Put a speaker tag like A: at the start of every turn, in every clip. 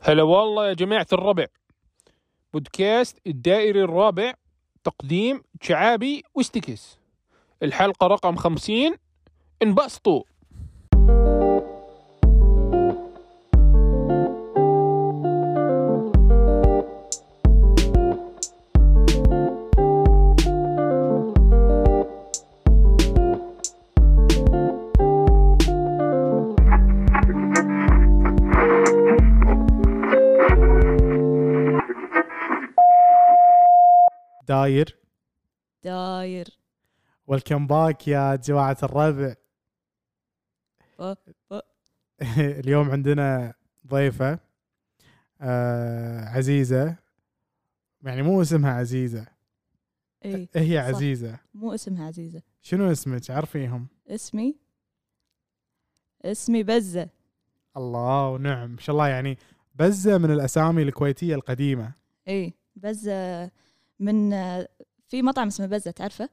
A: هلا والله يا جماعة الربع بودكاست الدائري الرابع تقديم شعابي واستكس الحلقة رقم خمسين انبسطوا
B: داير
C: داير
B: ويلكم باك يا جماعة الربع
C: أه، أه.
B: اليوم عندنا ضيفة آه عزيزة يعني مو اسمها عزيزة
C: اي
B: هي
C: صح.
B: عزيزة
C: مو اسمها عزيزة
B: شنو اسمك عرفيهم
C: اسمي اسمي بزة
B: الله ونعم ما شاء الله يعني بزة من الأسامي الكويتية القديمة
C: اي بزة من آه، في مطعم اسمه بزة تعرفه؟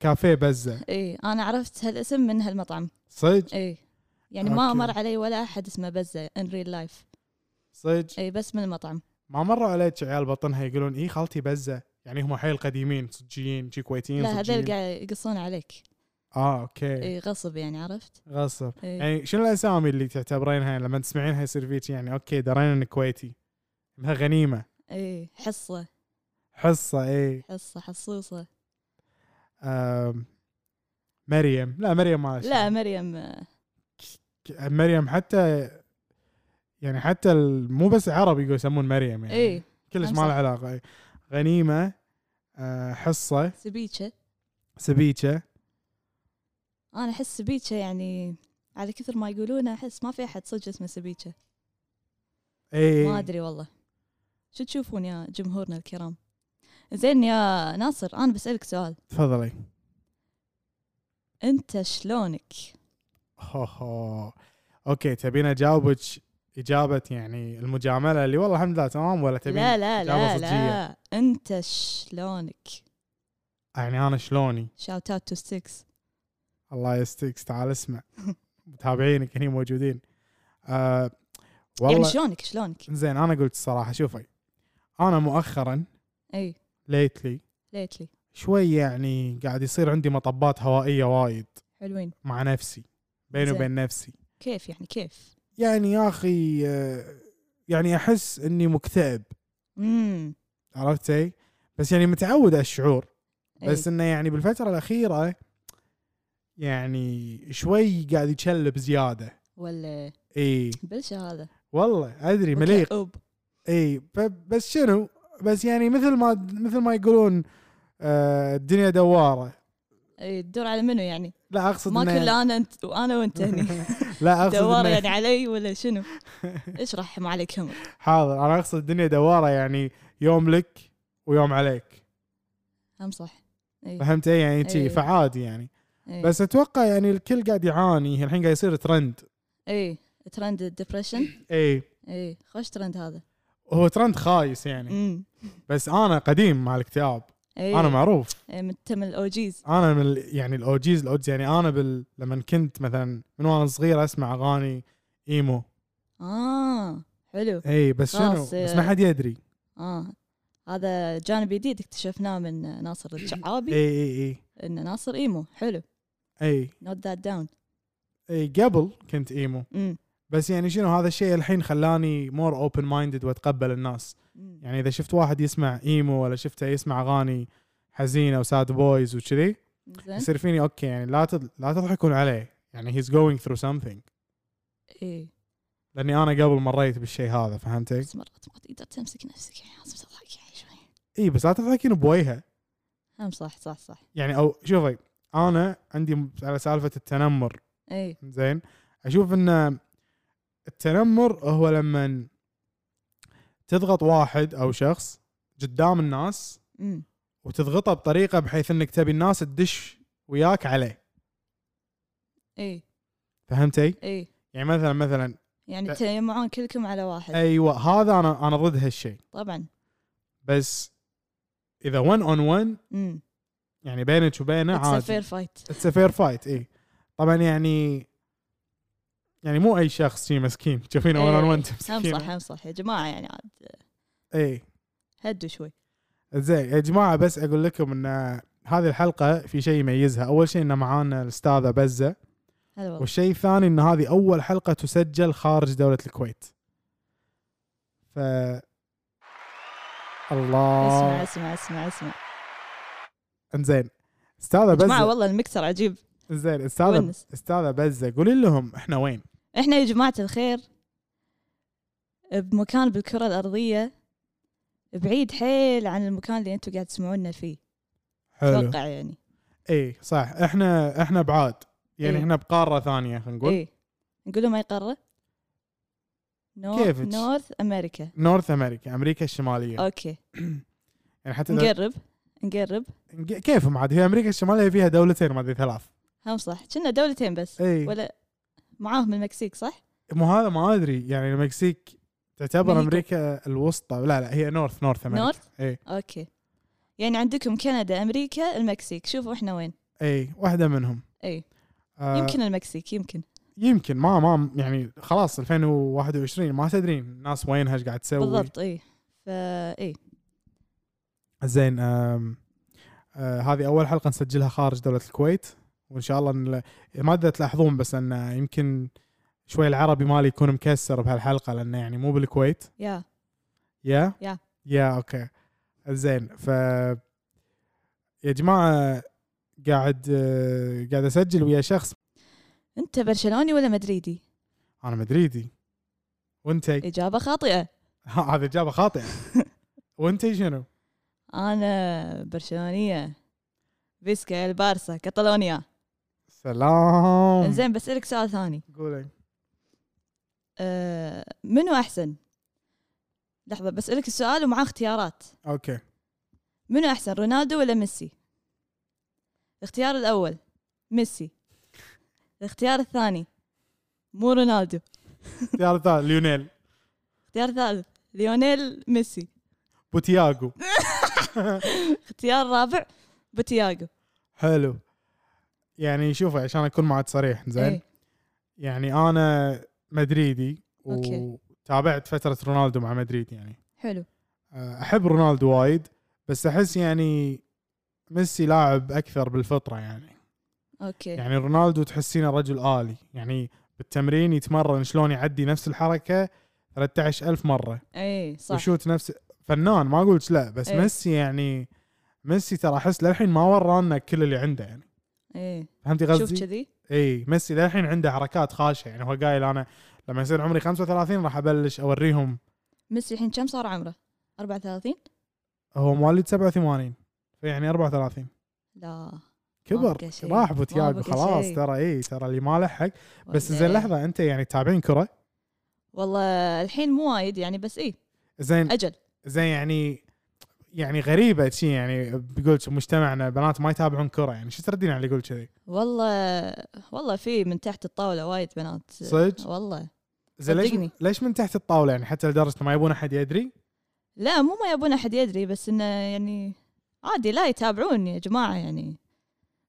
B: كافيه بزة
C: اي انا عرفت هالاسم من هالمطعم
B: صدق
C: اي يعني ما
B: أوكي.
C: مر علي ولا احد اسمه بزة ان ريل لايف
B: صدق
C: اي بس من المطعم
B: ما مروا عليك عيال بطنها يقولون إيه خالتي بزة يعني هم حيل قديمين صجيين شي كويتيين
C: لا هذول
B: صجيين
C: قاعد يقصون عليك
B: اه اوكي
C: اي غصب يعني عرفت؟
B: غصب
C: اي
B: يعني شنو الاسامي اللي تعتبرينها لما تسمعينها يصير فيك يعني اوكي درينا انك كويتي انها غنيمه
C: اي حصة
B: حصه اي
C: حصة حصوصة
B: إيه. آم، مريم لا مريم ما
C: لا مريم آه،
B: ك- مريم حتى يعني حتى ال- مو بس عرب يقول يسمون مريم يعني
C: اي
B: كلش
C: نعم
B: ما
C: صح.
B: له علاقه إي. غنيمه آه، إيه، حصه
C: سبيتشة
B: سبيكه
C: انا احس سبيتشا يعني على كثر ما يقولونه احس ما في احد صدق اسمه سبيتشا
B: اي
C: ما ادري والله شو تشوفون يا جمهورنا الكرام زين يا ناصر انا بسالك سؤال
B: تفضلي
C: انت شلونك
B: هو هو. اوكي تبين اجاوبك اجابه يعني المجامله اللي والله الحمد لله تمام ولا تبين
C: لا لا
B: إجابة
C: لا لا انت شلونك
B: يعني انا شلوني
C: شاوت اوت تو ستيكس
B: الله يستيك تعال اسمع متابعينك هني موجودين آه
C: يعني
B: والله
C: شلونك شلونك
B: زين انا قلت الصراحه شوفي انا مؤخرا
C: اي
B: ليتلي
C: إيه، ليتلي
B: شوي يعني قاعد يصير عندي مطبات هوائيه وايد
C: حلوين
B: مع نفسي بيني
C: زين.
B: وبين نفسي
C: كيف يعني كيف
B: يعني يا اخي آه، يعني احس اني مكتئب
C: امم
B: عرفتي بس يعني متعود على الشعور
C: إي.
B: بس انه يعني بالفتره الاخيره يعني شوي قاعد يتشلب زياده
C: ولا
B: اي
C: بلش هذا
B: والله ادري مليق
C: وكئوب.
B: اي ب- بس شنو بس يعني مثل ما مثل ما يقولون آه الدنيا دواره
C: اي تدور على منو يعني
B: لا اقصد
C: ما
B: إنه-
C: كل انا انت وانا وانت هني
B: لا اقصد
C: دوار
B: إنه-
C: يعني علي ولا شنو؟ اشرح ما عليك همك
B: حاضر انا اقصد الدنيا دواره يعني يوم لك ويوم عليك
C: هم صح إيه. اي
B: فهمت اي يعني شي
C: إي.
B: فعادي يعني
C: اي
B: بس اتوقع يعني الكل قاعد يعاني الحين قاعد يصير ترند
C: اي ترند الدبرشن
B: اي
C: اي إيه. خوش ترند هذا
B: هو ترند خايس يعني
C: امم
B: بس انا قديم مع الاكتئاب
C: اي
B: انا معروف
C: إي، من- انت من الاوجيز
B: انا من ال- يعني الاوجيز الاوجيز يعني انا بال... لما كنت مثلا من وانا صغير اسمع اغاني ايمو
C: اه حلو
B: اي إيه، بس شنو
C: خلاص،
B: بس
C: آه.
B: ما حد يدري
C: اه هذا جانب جديد اكتشفناه من ناصر
B: اي
C: الشعابي
B: اي اي
C: ان ناصر ايمو حلو
B: اي
C: نوت ذات داون
B: اي إيه. قبل كنت ايمو
C: امم
B: بس يعني شنو هذا الشيء الحين خلاني مور اوبن مايندد واتقبل الناس
C: أمم.
B: يعني اذا شفت واحد يسمع ايمو ولا شفته يسمع اغاني حزينه وساد بويز وكذي
C: زين
B: يصير فيني اوكي يعني لا تض... لا تضحكون عليه يعني هيز جوينج ثرو سمثينج إيه.
C: اي
B: لاني انا قبل مريت بالشيء هذا فهمتي؟
C: بس مرات ما تقدر تمسك نفسك يعني لازم تضحك يعني شوي
B: اي إيه، بس لا تضحكين بوجهه
C: هم صح صح صح
B: يعني او شوفي انا عندي م- على سالفه التنمر
C: اي
B: زين اشوف ان التنمر هو لما تضغط واحد او شخص قدام الناس
C: امم
B: وتضغطه بطريقه بحيث انك تبي الناس تدش وياك عليه
C: اي
B: فهمتي؟
C: اي
B: يعني مثلا مثلا
C: إيه. يعني
B: لا.
C: تجمعون كلكم على واحد
B: ايوه هذا انا انا ضد هالشيء
C: طبعا
B: بس اذا 1 اون 1
C: امم
B: يعني بينك وبينه
C: اتس
B: عادي
C: فير فايت
B: اتس فير فايت اي طبعا يعني إيه. يعني مو اي شخص شي مسكين تشوفينه
C: إيه،
B: ون اون
C: امصح
B: ون
C: امصح يا جماعه يعني عاد
B: اي
C: هدوا شوي
B: زين يا جماعه بس اقول لكم ان هذه الحلقه في شيء يميزها اول شيء ان معانا الاستاذه بزه
C: هلا والله
B: والشيء الثاني ان هذه اول حلقه تسجل خارج دوله الكويت ف
C: اسمع
B: الله
C: اسمع اسمع اسمع
B: انزين استاذه
C: يا جماعه
B: بزه
C: والله المكسر عجيب
B: انزين استاذه
C: ونس
B: استاذه بزه قولي لهم احنا وين
C: احنا يا جماعه الخير بمكان بالكره الارضيه بعيد حيل عن المكان اللي انتم قاعد تسمعونا فيه
B: حلو
C: اتوقع يعني
B: اي صح احنا احنا بعاد يعني
C: إيه.
B: احنا بقاره ثانيه خلينا نقول
C: ايه نقول لهم اي قاره؟ نور...
B: كيفك؟
C: نورث امريكا
B: نورث امريكا امريكا الشماليه
C: اوكي
B: يعني حتى دول-
C: نقرب نقرب
B: نج- كيفهم عاد هي امريكا الشماليه فيها دولتين ما ادري ثلاث
C: هم صح كنا دولتين بس
B: اي
C: ولا معاهم المكسيك صح؟
B: إيه. مو هذا ما ادري يعني المكسيك تعتبر
C: مهيكو.
B: امريكا الوسطى لا لا هي نورث نورث امريكا
C: نورث؟
B: اي
C: اوكي يعني عندكم كندا امريكا المكسيك شوفوا احنا وين
B: اي واحده إيه، منهم
C: اي
B: آه
C: إيه. يمكن المكسيك يمكن
B: يمكن ما ما يعني خلاص 2021 ما تدرين الناس وينها ايش قاعد تسوي
C: بالضبط إيه. اي فا اي
B: زين آم، آه هذه اول حلقه نسجلها خارج دوله الكويت وان شاء الله نل... ما أدري تلاحظون بس ان يمكن شوي العربي مالي يكون مكسر بهالحلقه لانه يعني مو بالكويت
C: يا
B: يا
C: يا.
B: يا اوكي زين ف يا جماعه قاعد آه، قاعد اسجل ويا شخص
C: انت برشلوني ولا مدريدي؟
B: انا مدريدي وانت
C: اجابه خاطئه
B: هذه اجابه خاطئه وانت شنو؟
C: انا برشلونيه فيسكا البارسا كاتالونيا
B: سلام
C: زين بسالك سؤال ثاني
B: قولي
C: أه منو احسن؟ لحظه بسالك السؤال ومعاه اختيارات
B: اوكي
C: منو احسن رونالدو ولا ميسي؟ الاختيار الاول ميسي الاختيار الثاني مو رونالدو
B: يا رجال، ليونيل
C: اختيار الثالث ليونيل ميسي
B: بوتياغو
C: اختيار الرابع بوتياغو
B: حلو يعني شوف عشان اكون معك صريح زين
C: إيه.
B: يعني انا مدريدي
C: أوكي.
B: وتابعت فتره رونالدو مع مدريد يعني
C: حلو
B: احب آه، رونالدو وايد بس احس يعني ميسي لاعب اكثر بالفطره يعني
C: اوكي
B: يعني رونالدو تحسينه رجل آلي يعني بالتمرين يتمرن شلون يعدي نفس الحركه 13000 مره
C: اي إيه، صح
B: وشوت نفس فنان ما اقولش لا بس
C: إيه.
B: ميسي يعني ميسي ترى احس للحين ما ورانا كل اللي عنده يعني
C: اي
B: فهمتي
C: إيه. شوف
B: قصدي؟
C: كذي
B: اي ميسي للحين عنده حركات خاشه يعني هو قايل انا لما يصير عمري 35 راح ابلش اوريهم
C: ميسي الحين كم صار عمره؟ 34
B: هو مواليد 87 فيعني 34
C: لا ما
B: كبر
C: بقى شيء.
B: راح
C: ما
B: بوتياغو
C: بقى
B: خلاص
C: شيء.
B: ترى اي ترى اللي ما لحق بس
C: ولا
B: زين
C: إيه.
B: لحظه انت يعني تتابعين كره
C: والله الحين مو وايد يعني بس اي
B: زين
C: اجل
B: زين يعني يعني غريبه شي يعني بيقول مجتمعنا بنات ما يتابعون كره يعني شو تردين على اللي يقول كذي؟
C: والله والله في من تحت الطاوله وايد بنات
B: صدق؟
C: والله
B: زين ليش
C: صدقني.
B: ليش من تحت الطاوله يعني حتى لدرجه إنه ما يبون احد يدري؟
C: لا مو ما يبون احد يدري بس انه يعني عادي لا يتابعون يا جماعه يعني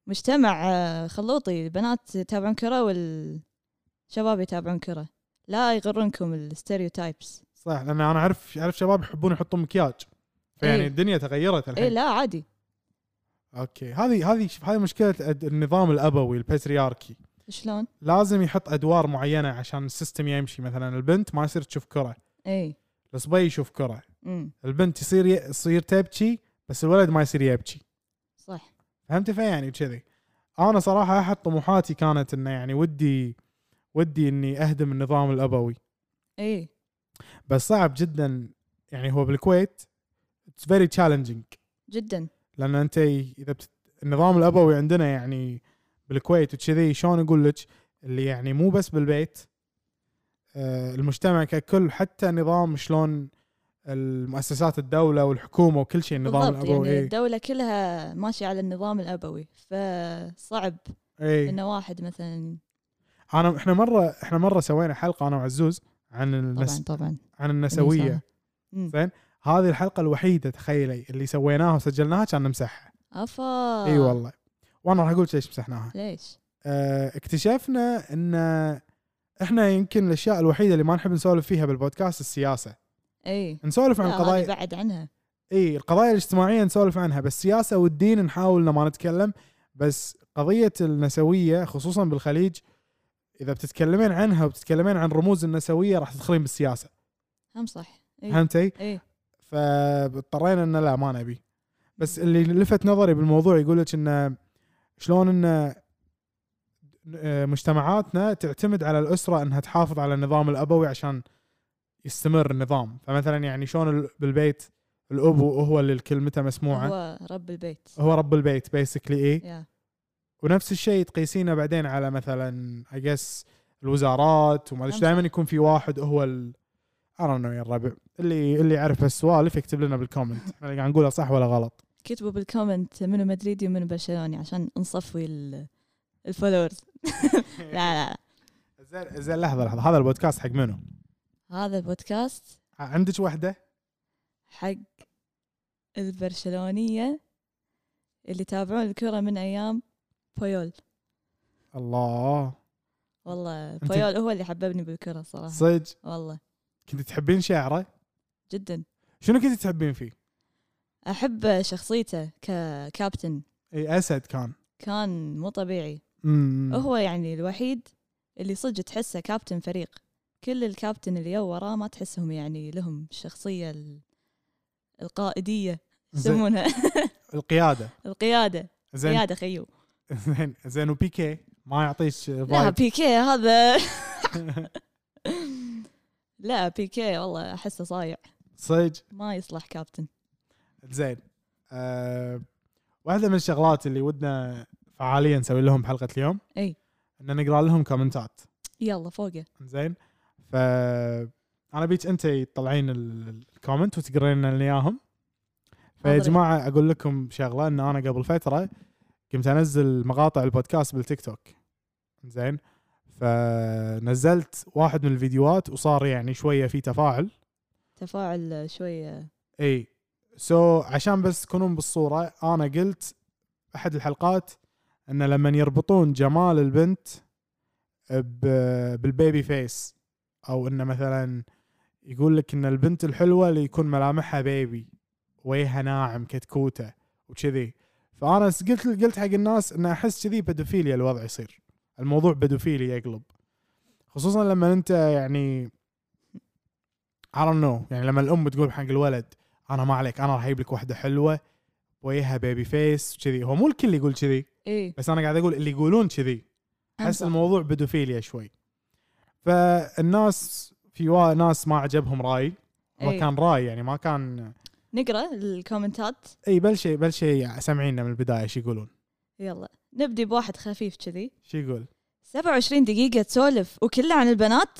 C: مجتمع آه، خلوطي البنات يتابعون كره والشباب يتابعون كره لا يغرونكم الستيريوتايبس
B: صح لان انا اعرف اعرف شباب يحبون يحطون مكياج فيعني
C: إيه.
B: الدنيا تغيرت
C: اي
B: الحين
C: لا عادي
B: اوكي هذه هذه شوف هذه مشكله الأد- النظام الابوي الباترياركي
C: شلون
B: لازم يحط ادوار معينه عشان السيستم يمشي مثلا البنت ما يصير تشوف كره
C: اي
B: الصبي يشوف كره
C: امم
B: البنت يصير ي- يصير تبكي بس الولد ما يصير يبكي
C: صح
B: فهمت يعني فيعني كذي انا صراحه احد طموحاتي كانت انه يعني ودي ودي اني اهدم النظام الابوي
C: اي
B: بس صعب جدا يعني هو بالكويت اتس فيري تشالنجينج
C: جدا
B: لان انت اذا بت... النظام الابوي عندنا يعني بالكويت وكذي شلون اقول لك اللي يعني مو بس بالبيت آه، المجتمع ككل حتى نظام شلون المؤسسات الدوله والحكومه وكل شيء النظام
C: بالضبط
B: الابوي
C: يعني
B: يعني
C: الدوله كلها ماشيه على النظام الابوي فصعب
B: اي
C: انه واحد مثلا
B: انا احنا مره احنا مره سوينا حلقه انا وعزوز عن النس...
C: طبعا طبعا
B: عن النسويه
C: مم.
B: زين هذه الحلقه الوحيده تخيلي اللي سويناها وسجلناها كان نمسحها
C: افا
B: آه. اي والله وانا راح اقول ليش مسحناها
C: ليش
B: آه، اكتشفنا ان احنا يمكن الاشياء الوحيده اللي ما نحب نسولف فيها بالبودكاست السياسه
C: اي
B: نسولف عن
C: لا،
B: قضايا
C: هذه بعد عنها
B: اي القضايا الاجتماعيه نسولف عنها بس السياسه والدين نحاول إن ما نتكلم بس قضيه النسويه خصوصا بالخليج اذا بتتكلمين عنها وبتتكلمين عن رموز النسويه راح تدخلين بالسياسه
C: هم صح إيه، إي.
B: فهمتي؟
C: اي
B: فاضطرينا ان لا ما نبي بس اللي لفت نظري بالموضوع يقول لك انه شلون ان مجتمعاتنا تعتمد على الاسره انها تحافظ على النظام الابوي عشان يستمر النظام فمثلا يعني شلون ال- بالبيت الاب هو اللي كلمته مسموعه
C: هو رب البيت
B: هو رب البيت بيسكلي ايه
C: يا
B: ونفس الشيء تقيسينه بعدين على مثلا اجس الوزارات وما ادري
C: نعم،
B: دائما
C: صح.
B: يكون في واحد هو ال I don't know يا الربع اللي اللي يعرف هالسوالف يكتب لنا بالكومنت احنا اللي قاعد نقولها صح ولا غلط
C: كتبوا بالكومنت منو مدريدي ومنو برشلوني عشان نصفي ال- الفولورز لا لا لا
B: زين زين لحظه لحظه هذا البودكاست حق منو؟
C: هذا البودكاست
B: عندك واحده؟
C: حق البرشلونية اللي تابعون الكرة من أيام بويول
B: الله
C: والله
B: أنت-
C: بويول هو اللي حببني بالكرة صراحة
B: صدق
C: والله
B: كنت تحبين شعره؟
C: جدا
B: شنو كنت تحبين فيه؟
C: أحب شخصيته ككابتن
B: اي اسد كان
C: كان مو طبيعي
B: امم
C: هو يعني الوحيد اللي صدق تحسه كابتن فريق كل الكابتن اللي يو وراه ما تحسهم يعني لهم الشخصية ال- القائدية
B: زين،
C: يسمونها
B: القياده
C: القيادة
B: زين
C: قيادة خيو
B: زين زين وبيكي ما يعطيك
C: لا
B: vibe.
C: بيكي هذا لا بيكي والله احسه صايع
B: صدق
C: ما يصلح كابتن
B: زين أه واحده من الشغلات اللي ودنا فعاليا نسوي لهم بحلقه اليوم
C: أي.
B: ان نقرا لهم كومنتات
C: يلا فوقه
B: زين ف انا بيك انت تطلعين ال- ال- الكومنت وتقرين لنا اياهم فيا
C: حاضر.
B: جماعه اقول لكم شغله ان انا قبل فتره كنت انزل مقاطع البودكاست بالتيك توك زين فنزلت واحد من الفيديوهات وصار يعني شويه في تفاعل
C: تفاعل شويه
B: اي سو so, عشان بس تكونون بالصوره انا قلت احد الحلقات ان لما يربطون جمال البنت ب- بالبيبي فيس او انه مثلا يقول لك ان البنت الحلوه اللي يكون ملامحها بيبي وجهها ناعم كتكوته وكذي فانا س- قلت قلت حق الناس ان احس كذي بدوفيليا الوضع يصير الموضوع بدوفيليا يقلب خصوصا لما انت يعني I don't know يعني لما الام تقول حق الولد انا ما عليك انا راح اجيب لك واحده حلوه وجهها بيبي فيس وكذي هو مو الكل يقول كذي
C: اي
B: بس انا قاعد اقول اللي يقولون كذي احس الموضوع بدوفيليا شوي فالناس في وا- ناس ما عجبهم راي هو
C: إي.
B: كان راي يعني ما كان
C: نقرا الكومنتات
B: اي بل شيء بل شيء سامعيننا من البدايه شو يقولون
C: يلا نبدي بواحد خفيف كذي
B: شو يقول
C: 27 دقيقة تسولف وكلها عن البنات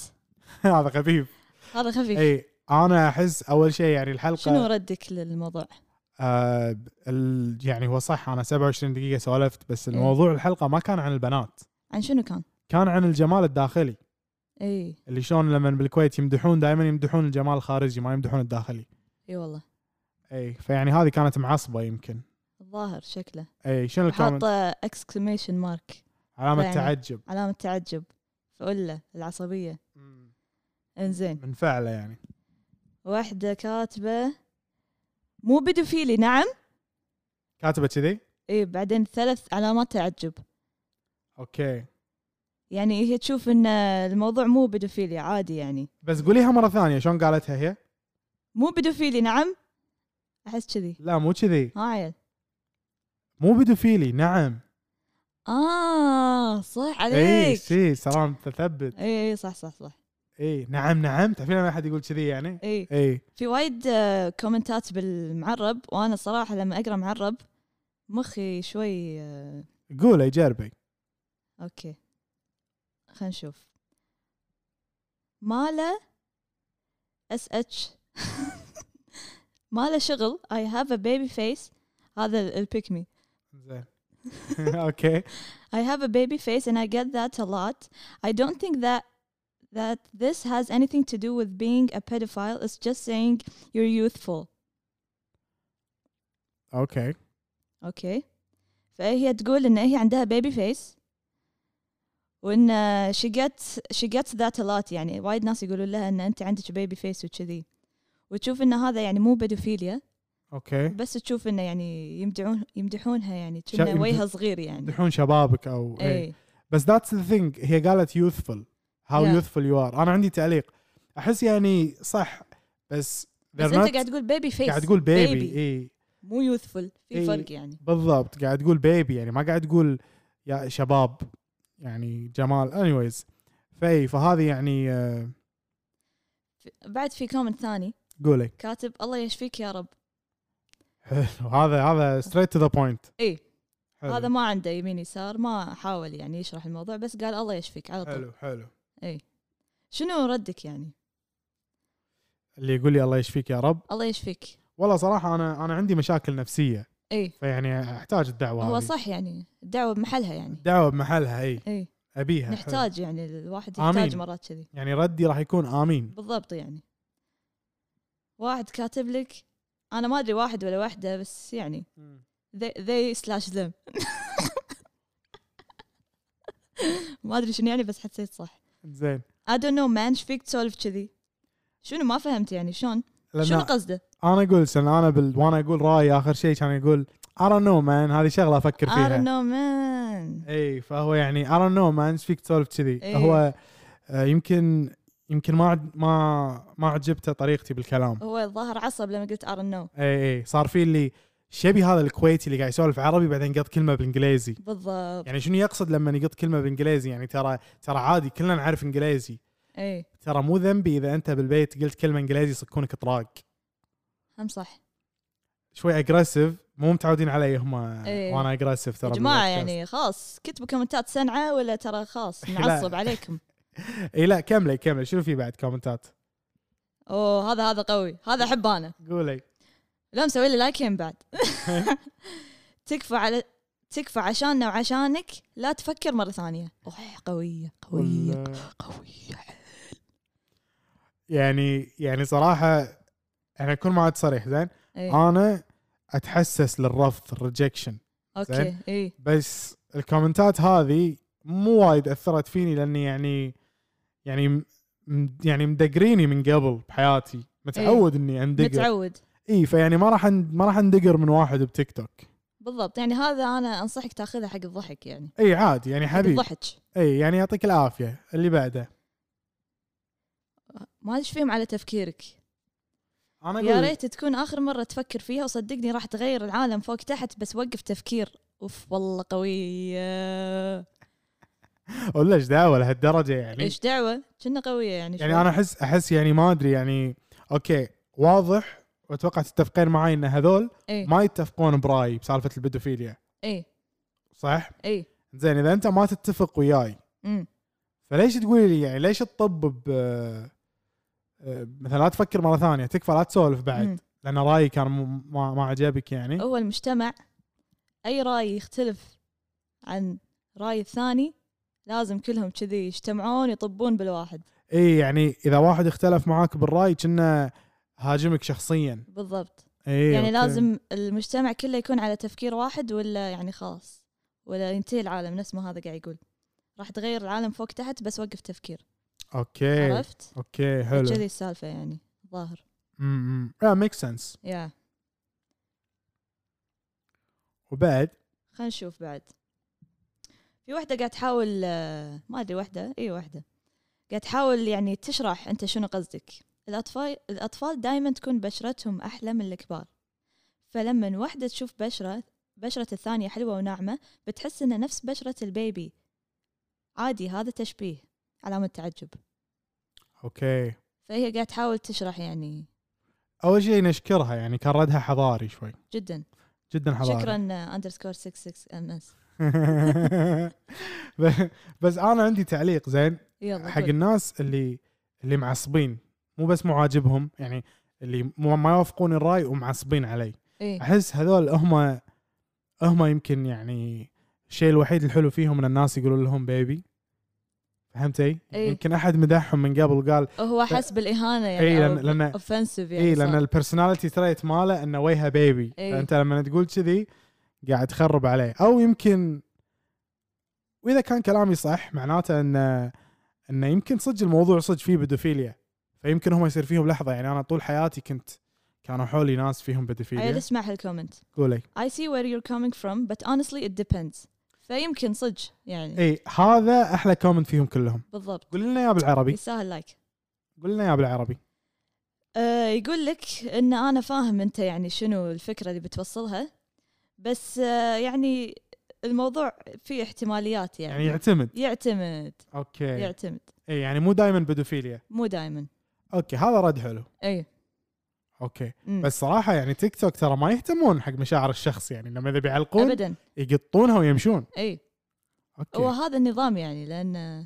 B: هذا خفيف
C: هذا خفيف
B: اي انا احس اول شيء يعني الحلقه
C: شنو ردك للموضوع؟
B: آه ال يعني هو صح انا 27 دقيقه سولفت بس الموضوع الحلقه ما كان عن البنات
C: عن شنو كان؟
B: كان عن الجمال الداخلي
C: اي
B: اللي شلون لما بالكويت يمدحون دائما يمدحون الجمال الخارجي ما يمدحون الداخلي
C: اي والله
B: اي فيعني هذه كانت معصبه يمكن
C: الظاهر شكله
B: اي شنو الكومنت
C: حاطه اكسكليميشن مارك
B: علامه
C: يعني.
B: تعجب
C: علامة تعجب فقول له العصبية انزين
B: من فعله يعني
C: واحدة كاتبة مو بدوفيلي نعم
B: كاتبه كذي
C: اي بعدين ثلاث علامات تعجب
B: اوكي
C: يعني هي تشوف ان الموضوع مو بدوفيلي عادي يعني
B: بس قوليها مره ثانيه شلون قالتها هي
C: مو بدوفيلي نعم احس كذي
B: لا مو كذي
C: ها عيل
B: مو بدوفيلي نعم
C: اه صح
B: اي
C: عليك
B: شي سلام تثبت
C: اي اي صح صح صح
B: اي نعم نعم تعرفين لما احد يقول كذي يعني
C: اي
B: اي
C: في وايد آه، كومنتات بالمعرب وانا صراحة لما اقرا معرب مخي شوي آه،
B: قولي جربي
C: اوكي خلينا نشوف ماله اس اتش ماله شغل اي هاف ا بيبي فيس هذا البيك مي
B: زين اوكي
C: I have a baby face and I get that a lot. I don't think that that this has anything to do with being a pedophile. It's just saying you're youthful.
B: اوكي
C: اوكي فهي تقول ان هي عندها بيبي فيس وان شقت شقت ذات لات يعني وايد ناس يقولون لها ان انت عندك بيبي فيس وكذي وتشوف ان هذا يعني مو بدوفيليا
B: اوكي
C: بس تشوف انه يعني يمدعون يمدحونها يعني
B: شا-
C: كنا
B: يمدح-
C: وجهها صغير يعني
B: يمدحون شبابك او إيه.
C: اي
B: بس ذاتس ذا ثينج هي قالت يوثفل هاو
C: Yeah.
B: يوثفل يو ار انا عندي تعليق احس يعني صح بس
C: بس
B: they're
C: انت
B: not-
C: قاعد تقول بيبي فيس
B: قاعد تقول إيه. بيبي
C: baby.
B: اي
C: مو يوثفل في
B: إي.
C: فرق يعني
B: بالضبط قاعد تقول بيبي يعني ما قاعد تقول يا شباب يعني جمال anyways فاي فهذه يعني آه،
C: بعد في كومنت ثاني
B: قولي
C: كاتب الله يشفيك يا رب
B: حلو هذا هذا straight to the point
C: اي
B: حلو
C: هذا ما عنده يمين يسار ما حاول يعني يشرح الموضوع بس قال الله يشفيك على طول
B: حلو حلو
C: شنو ردك يعني
B: اللي يقول لي الله يشفيك يا رب
C: الله يشفيك
B: والله صراحه انا انا عندي مشاكل نفسيه
C: اي
B: فيعني احتاج الدعوه
C: إيه، هو
B: هذه.
C: صح يعني الدعوه بمحلها يعني
B: الدعوه بمحلها اي
C: اي
B: ابيها حلو.
C: نحتاج يعني الواحد
B: آمين.
C: يحتاج مرات كذي
B: يعني ردي راح يكون امين
C: بالضبط يعني واحد كاتب لك انا ما ادري واحد ولا واحده بس يعني they, they slash them ما ادري شنو يعني بس حسيت صح
B: زين
C: I don't know man ايش فيك تسولف كذي شنو ما فهمت يعني شلون شنو
B: لان
C: قصده
B: انا اقول سن انا بال... وانا اقول رايي اخر شيء كان يقول I don't know man هذه شغله افكر
C: I don't
B: فيها
C: know man
B: اي فهو يعني I don't know man ايش فيك تسولف كذي
C: إي.
B: هو آه، يمكن يمكن ما عد- ما ما عجبته طريقتي بالكلام
C: هو الظاهر عصب لما قلت I don't know
B: اي اي صار في اللي شبي هذا الكويتي اللي قاعد يسولف عربي بعدين قط كلمه بالانجليزي
C: بالضبط
B: يعني شنو يقصد لما يقط كلمه بالانجليزي يعني ترى ترى عادي كلنا نعرف انجليزي
C: اي
B: ترى مو ذنبي اذا انت بالبيت قلت كلمه انجليزي يصكونك طراق
C: هم صح
B: شوي اجريسيف مو متعودين علي هم
C: إيه.
B: وانا اجريسيف
C: يا
B: ترى
C: جماعه
B: بالبودكاست.
C: يعني خلاص كتبوا كومنتات سنعه ولا ترى خلاص
B: لا.
C: نعصب عليكم
B: اي إيه، لا كملي كملي شنو في بعد كومنتات
C: اوه هذا هذا قوي هذا احب انا
B: قولي
C: لا مسوي لي لايكين بعد تكفى على تكفى عشاننا وعشانك لا تفكر مره ثانيه اوه قويه قويه
B: وال-
C: قويه
B: يعني يعني صراحه انا اكون معك صريح زين
C: ايه
B: انا اتحسس للرفض الريجكشن
C: اوكي
B: زين.
C: ايه
B: بس الكومنتات هذه مو وايد اثرت فيني لاني يعني يعني م- م- يعني مدقريني من قبل بحياتي متعود اني اندقر
C: إيه. متعود
B: اي فيعني ما راح أن- ما راح اندقر من واحد بتيك توك
C: بالضبط يعني هذا انا انصحك تاخذها حق الضحك يعني
B: اي عادي يعني
C: حق
B: حبيب
C: الضحك
B: اي يعني يعطيك العافيه اللي بعده
C: ما ادري إيش فيهم على تفكيرك
B: انا
C: يا
B: اقول
C: ريت تكون اخر مره تفكر فيها وصدقني راح تغير العالم فوق تحت بس وقف تفكير اوف والله قويه
B: ولا ايش دعوه لهالدرجه يعني
C: ايش دعوه كنا قويه يعني
B: يعني
C: شوي.
B: انا احس احس يعني ما ادري يعني اوكي واضح واتوقع تتفقين معي ان هذول
C: اي
B: ما يتفقون برايي بسالفه البيدوفيليا
C: اي
B: صح؟
C: اي
B: زين اذا انت ما تتفق وياي
C: امم
B: فليش تقولي لي يعني ليش تطب ب آه، مثلا لا تفكر مره ثانيه تكفى لا تسولف بعد
C: مم.
B: لان رايي كان م- ما, ما عجبك يعني
C: هو المجتمع اي راي يختلف عن راي الثاني لازم كلهم كذي يجتمعون يطبون بالواحد
B: اي يعني اذا واحد اختلف معاك بالراي كنا هاجمك شخصيا
C: بالضبط
B: اي
C: يعني
B: أوكي.
C: لازم المجتمع كله يكون على تفكير واحد ولا يعني خلاص ولا ينتهي العالم نفس ما هذا قاعد يقول راح تغير العالم فوق تحت بس وقف تفكير
B: اوكي
C: عرفت
B: اوكي حلو
C: كذي السالفه يعني ظاهر
B: امم لا ميك سنس
C: يا
B: وبعد
C: خلينا نشوف بعد في واحدة قاعد تحاول آه، ما أدري واحدة أي واحدة قاعد تحاول يعني تشرح أنت شنو قصدك الأطفال الأطفال دائما تكون بشرتهم أحلى من الكبار فلما واحدة تشوف بشرة بشرة الثانية حلوة وناعمة بتحس إنها نفس بشرة البيبي عادي هذا تشبيه علامة تعجب
B: اوكي
C: فهي قاعد تحاول تشرح يعني
B: اول شيء نشكرها يعني كان ردها حضاري شوي
C: جدا
B: جدا حضاري
C: شكرا أندرسكور 66 ام اس
B: ب- بس انا عندي تعليق زين
C: يلا
B: حق
C: قول.
B: الناس اللي اللي معصبين مو بس مو عاجبهم يعني اللي مو ما يوافقون الراي ومعصبين علي
C: إيه.
B: احس هذول هم هم يمكن يعني الشيء الوحيد الحلو فيهم ان الناس يقولون لهم بيبي فهمتي؟
C: إيه.
B: يمكن احد مدحهم من قبل قال
C: هو حس بالإهانة يعني
B: اي لان
C: أو
B: لان
C: اوفنسيف يعني
B: اي
C: صار.
B: لان البرسوناليتي تريت ماله انه وجهه بيبي
C: إيه.
B: فانت لما تقول كذي قاعد تخرب عليه او يمكن واذا كان كلامي صح معناته ان ان يمكن صدق الموضوع صدق فيه بدوفيليا فيمكن هم يصير فيهم لحظه يعني انا طول حياتي كنت كانوا حولي ناس فيهم
C: عيل
B: بدوفيليا
C: اسمع هالكومنت
B: قولي
C: I see where you're coming from but honestly it depends فيمكن صدق يعني
B: اي إيه، هذا احلى كومنت فيهم كلهم
C: بالضبط
B: قول لنا اياه بالعربي
C: يسهل لايك
B: قول لنا اياه بالعربي
C: آه، يقول لك ان انا فاهم انت يعني شنو الفكره اللي بتوصلها بس آه، يعني الموضوع فيه احتماليات
B: يعني إيه.
C: يعني,
B: يعتمد
C: يعتمد
B: اوكي
C: يعتمد
B: اي يعني مو دائما بدوفيليا
C: مو دائما
B: اوكي هذا رد حلو
C: اي
B: اوكي
C: مم.
B: بس صراحه يعني تيك توك ترى ما يهتمون حق مشاعر الشخص يعني لما اذا بيعلقون
C: ابدا
B: يقطونها ويمشون
C: اي
B: اوكي
C: إيه. وهذا النظام يعني لان آه،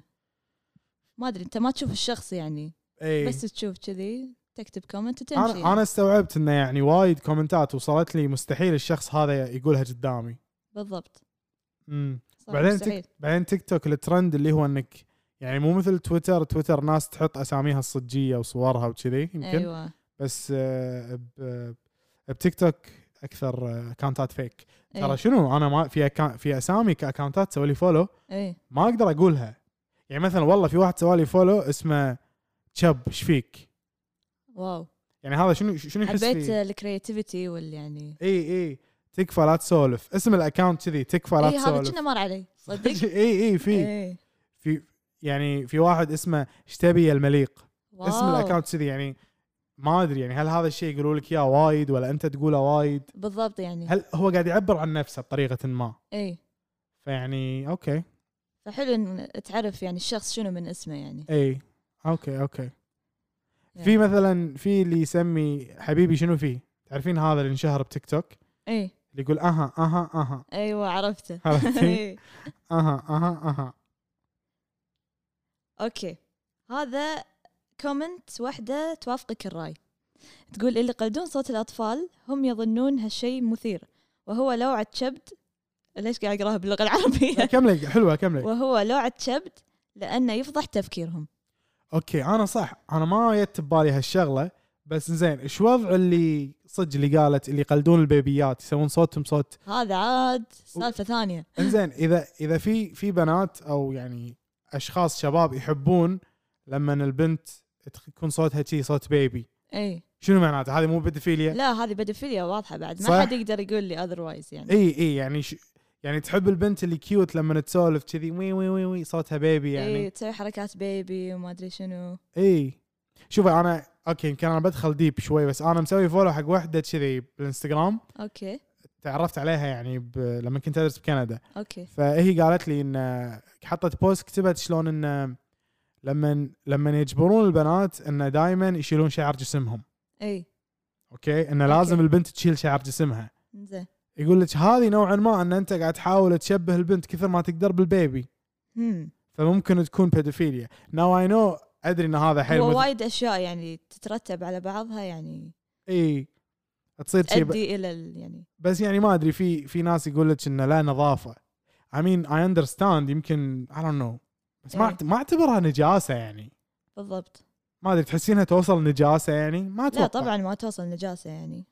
C: ما ادري انت ما تشوف الشخص يعني
B: اي
C: بس تشوف كذي تكتب كومنت وتمشي
B: انا انا استوعبت انه يعني وايد كومنتات وصلت لي مستحيل الشخص هذا يقولها قدامي
C: بالضبط
B: امم
C: صح
B: بعدين
C: مستحيل.
B: تك... بعدين تيك توك الترند اللي هو انك يعني مو مثل تويتر تويتر ناس تحط اساميها الصجيه وصورها وكذي يمكن أيوة.
C: ايوه
B: بس آه، ب... بتيك توك اكثر آه، اكونتات فيك ترى
C: اي
B: شنو انا ما في أكا... في اسامي كاكونتات تسوي لي فولو
C: اي
B: ما اقدر اقولها يعني مثلا والله في واحد سوالي فولو اسمه تشب شفيك
C: واو
B: يعني هذا شنو شنو يحس
C: حبيت
B: فيه؟
C: الكرياتيفيتي وال يعني
B: اي اي تكفى لا تسولف اسم الاكونت كذي تكفى لا
C: اي إيه، هذا
B: تسولف
C: كنا مر علي صدق إيه.
B: اي اي في
C: اي
B: في يعني في واحد اسمه اشتبي يا المليق
C: واو
B: اسم الاكونت كذي يعني ما ادري يعني هل هذا الشيء يقولوا لك اياه وايد ولا انت تقوله وايد
C: بالضبط يعني
B: هل هو قاعد يعبر عن نفسه بطريقه ما
C: اي
B: فيعني اوكي
C: فحلو ان تعرف يعني الشخص شنو من اسمه يعني
B: اي اوكي اوكي في
C: يعني.
B: مثلا في اللي يسمي حبيبي شنو فيه تعرفين هذا اللي انشهر بتيك توك
C: اي
B: اللي يقول اها اها اها
C: ايوه عرفته
B: عرفتي
C: إي.
B: اها اها اها
C: اوكي هذا كومنت واحدة توافقك الرأي تقول اللي يقلدون صوت الأطفال هم يظنون هالشيء مثير وهو لوعة شبد ليش قاعد أقراها باللغة العربية
B: كملي حلوه كملي
C: وهو لوعة شبد لأنه يفضح تفكيرهم
B: اوكي انا صح انا ما جت ببالي هالشغله بس زين ايش وضع اللي صدق اللي قالت اللي يقلدون البيبيات يسوون صوتهم صوت
C: هذا عاد سالفة ثانية
B: انزين اذا اذا في في بنات او يعني اشخاص شباب يحبون لما البنت تخ- يكون صوتها شي صوت بيبي
C: اي
B: شنو معناته هذه مو بدفيليا
C: لا هذه بدفلية واضحة بعد
B: صح.
C: ما حد يقدر يقول لي اذروايز يعني
B: اي اي يعني ش... يعني تحب البنت اللي كيوت لما تسولف كذي وي وي وي وي صوتها بيبي
C: اي
B: يعني
C: تسوي حركات بيبي وما ادري شنو
B: اي شوفي انا اوكي يمكن انا بدخل ديب شوي بس انا مسوي فولو حق وحده كذي بالانستغرام
C: اوكي تعرفت
B: تعرفت عليها يعني ب... لما كنت ادرس بكندا
C: اوكي
B: فهي قالت لي ان حطت بوست كتبت شلون ان لما لما يجبرون البنات ان دائما يشيلون شعر جسمهم
C: اي
B: اوكي ان لازم
C: أوكي.
B: البنت تشيل شعر جسمها
C: زين
B: يقول لك هذه نوعا ما ان انت قاعد تحاول تشبه البنت كثر ما تقدر بالبيبي
C: هم.
B: فممكن تكون بيدوفيليا ناو اي نو ادري ان هذا حيل
C: هو
B: مثل...
C: وايد اشياء يعني تترتب على بعضها يعني
B: اي تصير شي ب...
C: تؤدي الى ال- يعني
B: بس يعني ما ادري في في ناس يقول لك انه لا نظافه I mean I understand يمكن I don't know بس ما
C: إيه.
B: أعت- ما اعتبرها نجاسه يعني
C: بالضبط
B: ما ادري تحسينها توصل نجاسه يعني ما اتوقع
C: لا طبعا ما توصل نجاسه يعني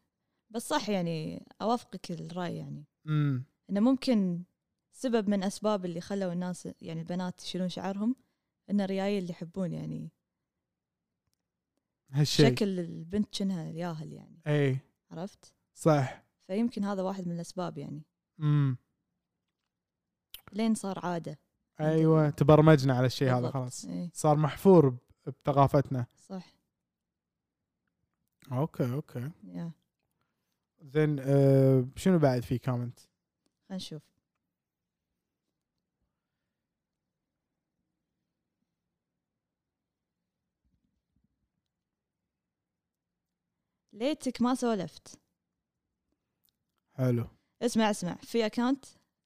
C: بس صح يعني اوافقك الراي يعني
B: امم
C: انه ممكن سبب من اسباب اللي خلوا الناس يعني البنات يشيلون شعرهم ان الريايل اللي يحبون يعني
B: هالشيء
C: شكل البنت شنها ياهل يعني
B: اي
C: عرفت
B: صح
C: فيمكن هذا واحد من الاسباب يعني
B: امم
C: لين صار عاده
B: ايوه تبرمجنا على الشيء هذا
C: بالضبط.
B: خلاص
C: إيه
B: صار محفور ب- بثقافتنا
C: صح
B: اوكي اوكي
C: يا
B: زين آه شنو بعد في كومنت
C: خلينا نشوف ليتك ما سولفت
B: حلو
C: اسمع اسمع في اكونت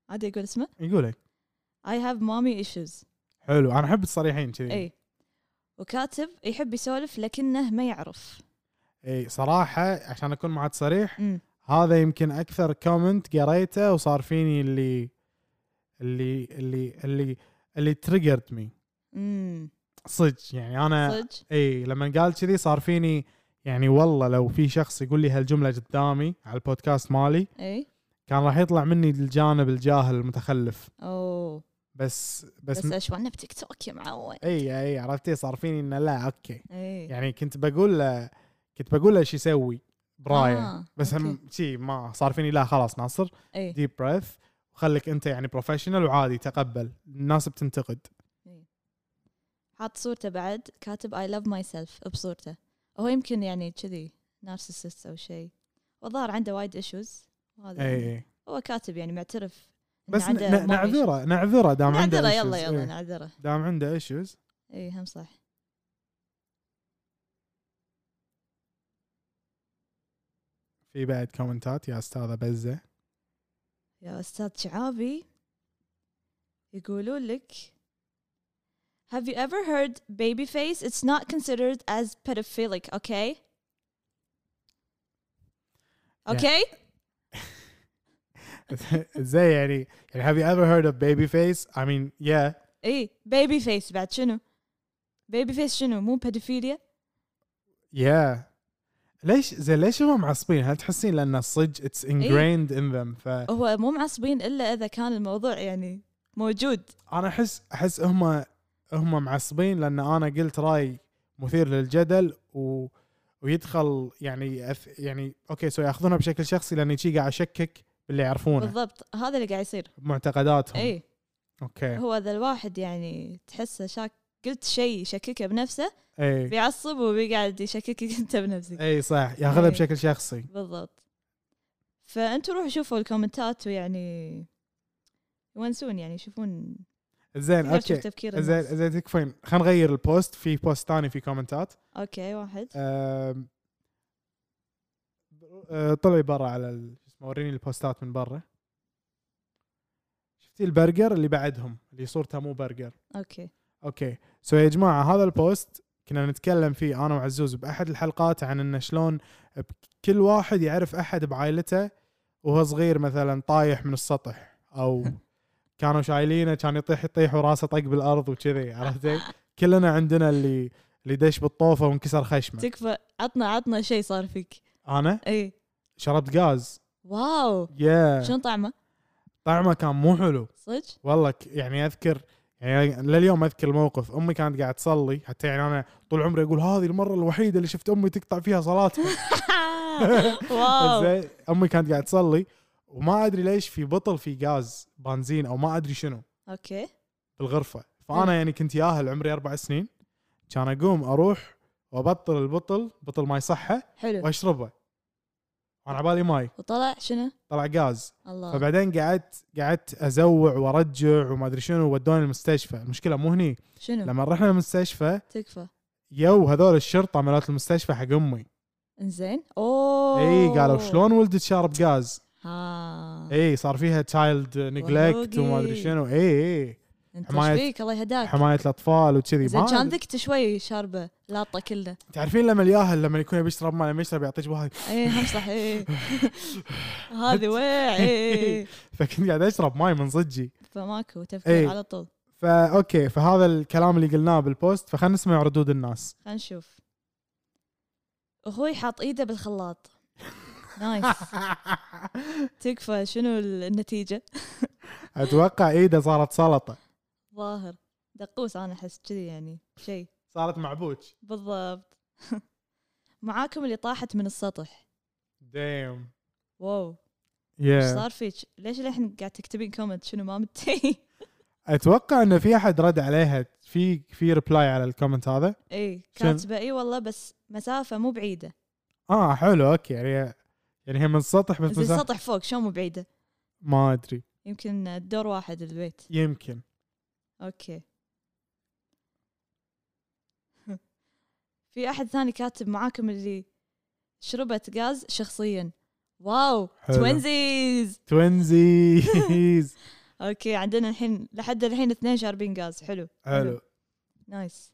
C: عادي يقول اسمه
B: يقول
C: I have mommy issues
B: حلو انا احب الصريحين كذي
C: اي وكاتب يحب يسولف لكنه ما يعرف
B: اي صراحه عشان اكون معك صريح
C: امم
B: هذا يمكن اكثر كومنت قريته وصار فيني اللي اللي اللي اللي اللي تريجرد مي
C: امم
B: صدق يعني انا
C: صدق
B: اي لما قال كذي صار فيني يعني والله لو في شخص يقول لي هالجمله قدامي على البودكاست مالي
C: اي
B: كان راح يطلع مني الجانب الجاهل المتخلف
C: اوه
B: بس بس,
C: بس
B: بس
C: اشوانه بتيك توك يا معود
B: اي اي عرفتي صار فيني انه لا اوكي
C: اي
B: يعني كنت بقول له كنت بقول له ايش يسوي برايه
C: آه، إيه.
B: بس هم شي ما صار فيني لا خلاص ناصر
C: اي
B: ديب بريث وخليك انت يعني بروفيشنال وعادي تقبل الناس بتنتقد
C: حاط صورته بعد كاتب اي لاف ماي سيلف بصورته هو يمكن يعني كذي نارسست او شيء وظهر عنده وايد ايشوز وهذا
B: اي اي
C: هو كاتب يعني معترف إن
B: إيه، بس
C: عنده
B: ن-
C: ما في-
B: نعذره نعذره دام عنده
C: نعذره
B: issues.
C: يلا يلا
B: إيه.
C: نعذره
B: دام عنده ايشوز
C: اي هم صح
B: في بعد كومنتات يا استاذه بزه
C: يا أستاذ شعابي يقولوا لك Have you ever heard babyface? It's not considered as pedophilic, okay? Okay?
B: زي يعني يعني have you ever heard of baby face I mean yeah
C: اي babyface إيه، بعد شنو؟ babyface شنو؟ مو pedophilia؟
B: أه. yeah ليش زي ليش هم معصبين هل تحسين لان صدق it's
C: إيه.
B: ingrained in them ف
C: هو مو معصبين الا اذا كان الموضوع يعني موجود
B: انا احس احس هم هم معصبين لان انا قلت راي مثير للجدل و ويدخل يعني أث... يعني اوكي سو ياخذونها بشكل شخصي لاني شي قاعد اشكك باللي يعرفونه
C: بالضبط هذا اللي قاعد يصير
B: بمعتقداتهم
C: اي
B: اوكي
C: هو اذا الواحد يعني تحسه شاك قلت شيء يشككه بنفسه
B: اي
C: بيعصب وبيقعد يشككك انت بنفسك
B: اي إيه. صح ياخذها
C: إي.
B: بشكل شخصي
C: بالضبط فانتوا روحوا شوفوا الكومنتات ويعني يونسون يعني يشوفون
B: زين
C: تقدر تشوف
B: اوكي
C: تفكير
B: زين
C: الناس
B: زين تكفين خلينا نغير البوست في بوست ثاني في كومنتات
C: اوكي واحد
B: أم، أه، طلعي برا على ال- شو اسمه وريني البوستات من برا شفتي البرجر اللي بعدهم اللي صورته مو برجر
C: اوكي
B: اوكي سو يا جماعه هذا البوست كنا نتكلم فيه انا وعزوز باحد الحلقات عن انه شلون بك- كل واحد يعرف احد بعائلته وهو صغير مثلا طايح من السطح او كانوا شايلينه كان يطيح يطيح وراسه طق بالارض وكذي عرفتي؟ كلنا عندنا اللي اللي دش بالطوفه وانكسر خشمه
C: تكفى عطنا عطنا شيء صار فيك
B: انا
C: اي
B: شربت غاز أه.
C: واو
B: يا
C: شنو طعمه
B: طعمه كان مو حلو
C: صدق
B: والله ك- يعني اذكر يعني لليوم اذكر الموقف امي كانت قاعد تصلي حتى يعني انا طول عمري اقول هذه المره الوحيده اللي شفت امي تقطع فيها صلاتها
C: واو
B: زين امي كانت قاعد تصلي وما ادري ليش في بطل في غاز بنزين او ما ادري شنو
C: اوكي
B: بالغرفه فانا يعني كنت ياهل عمري اربع سنين كان اقوم اروح وابطل البطل بطل ماي صحه
C: حلو
B: واشربه انا عبالي ماي
C: وطلع شنو
B: طلع غاز
C: الله
B: فبعدين قعدت قعدت ازوع وارجع وما ادري شنو ودوني المستشفى المشكله مو هني
C: شنو
B: لما رحنا المستشفى
C: تكفى
B: يو هذول الشرطه مالت المستشفى حق امي
C: انزين اوه
B: اي قالوا شلون ولدك شارب غاز
C: ها
B: اي صار فيها تشايلد نيجلكت وما ادري شنو اي اي
C: انت
B: حماية-
C: ايش فيك الله يهداك
B: حمايه الاطفال وكذي
C: زين كان
B: ما
C: ذقت شوي شاربه لاطه كله
B: تعرفين لما الياهل لما يكون بيشرب ما لما يشرب يعطيك واحد
C: ايه هم صح ايه هذه ويع ايه
B: فكنت قاعد اشرب ماي من صجي
C: فماكو
B: إيه.
C: تفكير على طول
B: فا اوكي فهذا الكلام اللي قلناه بالبوست فخلنا نسمع ردود الناس
C: خلينا نشوف اخوي حاط ايده بالخلاط نايس تكفى شنو ال- النتيجة
B: اتوقع ايده صارت سلطه
C: ظاهر دقوس انا احس كذي يعني شيء
B: صارت معبوش
C: بالضبط معاكم اللي طاحت من السطح
B: دايم
C: واو ايش
B: يا
C: صار فيك ليش الحين قاعد تكتبين كومنت شنو ما متي
B: اتوقع انه في احد رد عليها في في ريبلاي على الكومنت هذا
C: اي
B: شنو؟
C: كاتبه اي إيه، والله بس مسافة مو بعيدة
B: اه حلو اوكي يعني يعني هي من السطح بس
C: زي
B: مساحة-
C: السطح فوق شو مو بعيدة
B: ما ادري
C: يمكن الدور واحد البيت
B: يمكن
C: اوكي في احد ثاني كاتب معاكم اللي شربت غاز شخصيا واو
B: حلو.
C: توينزيز
B: توينزيز
C: اوكي عندنا الحين لحد الحين اثنين شاربين غاز حلو
B: حلو
C: نايس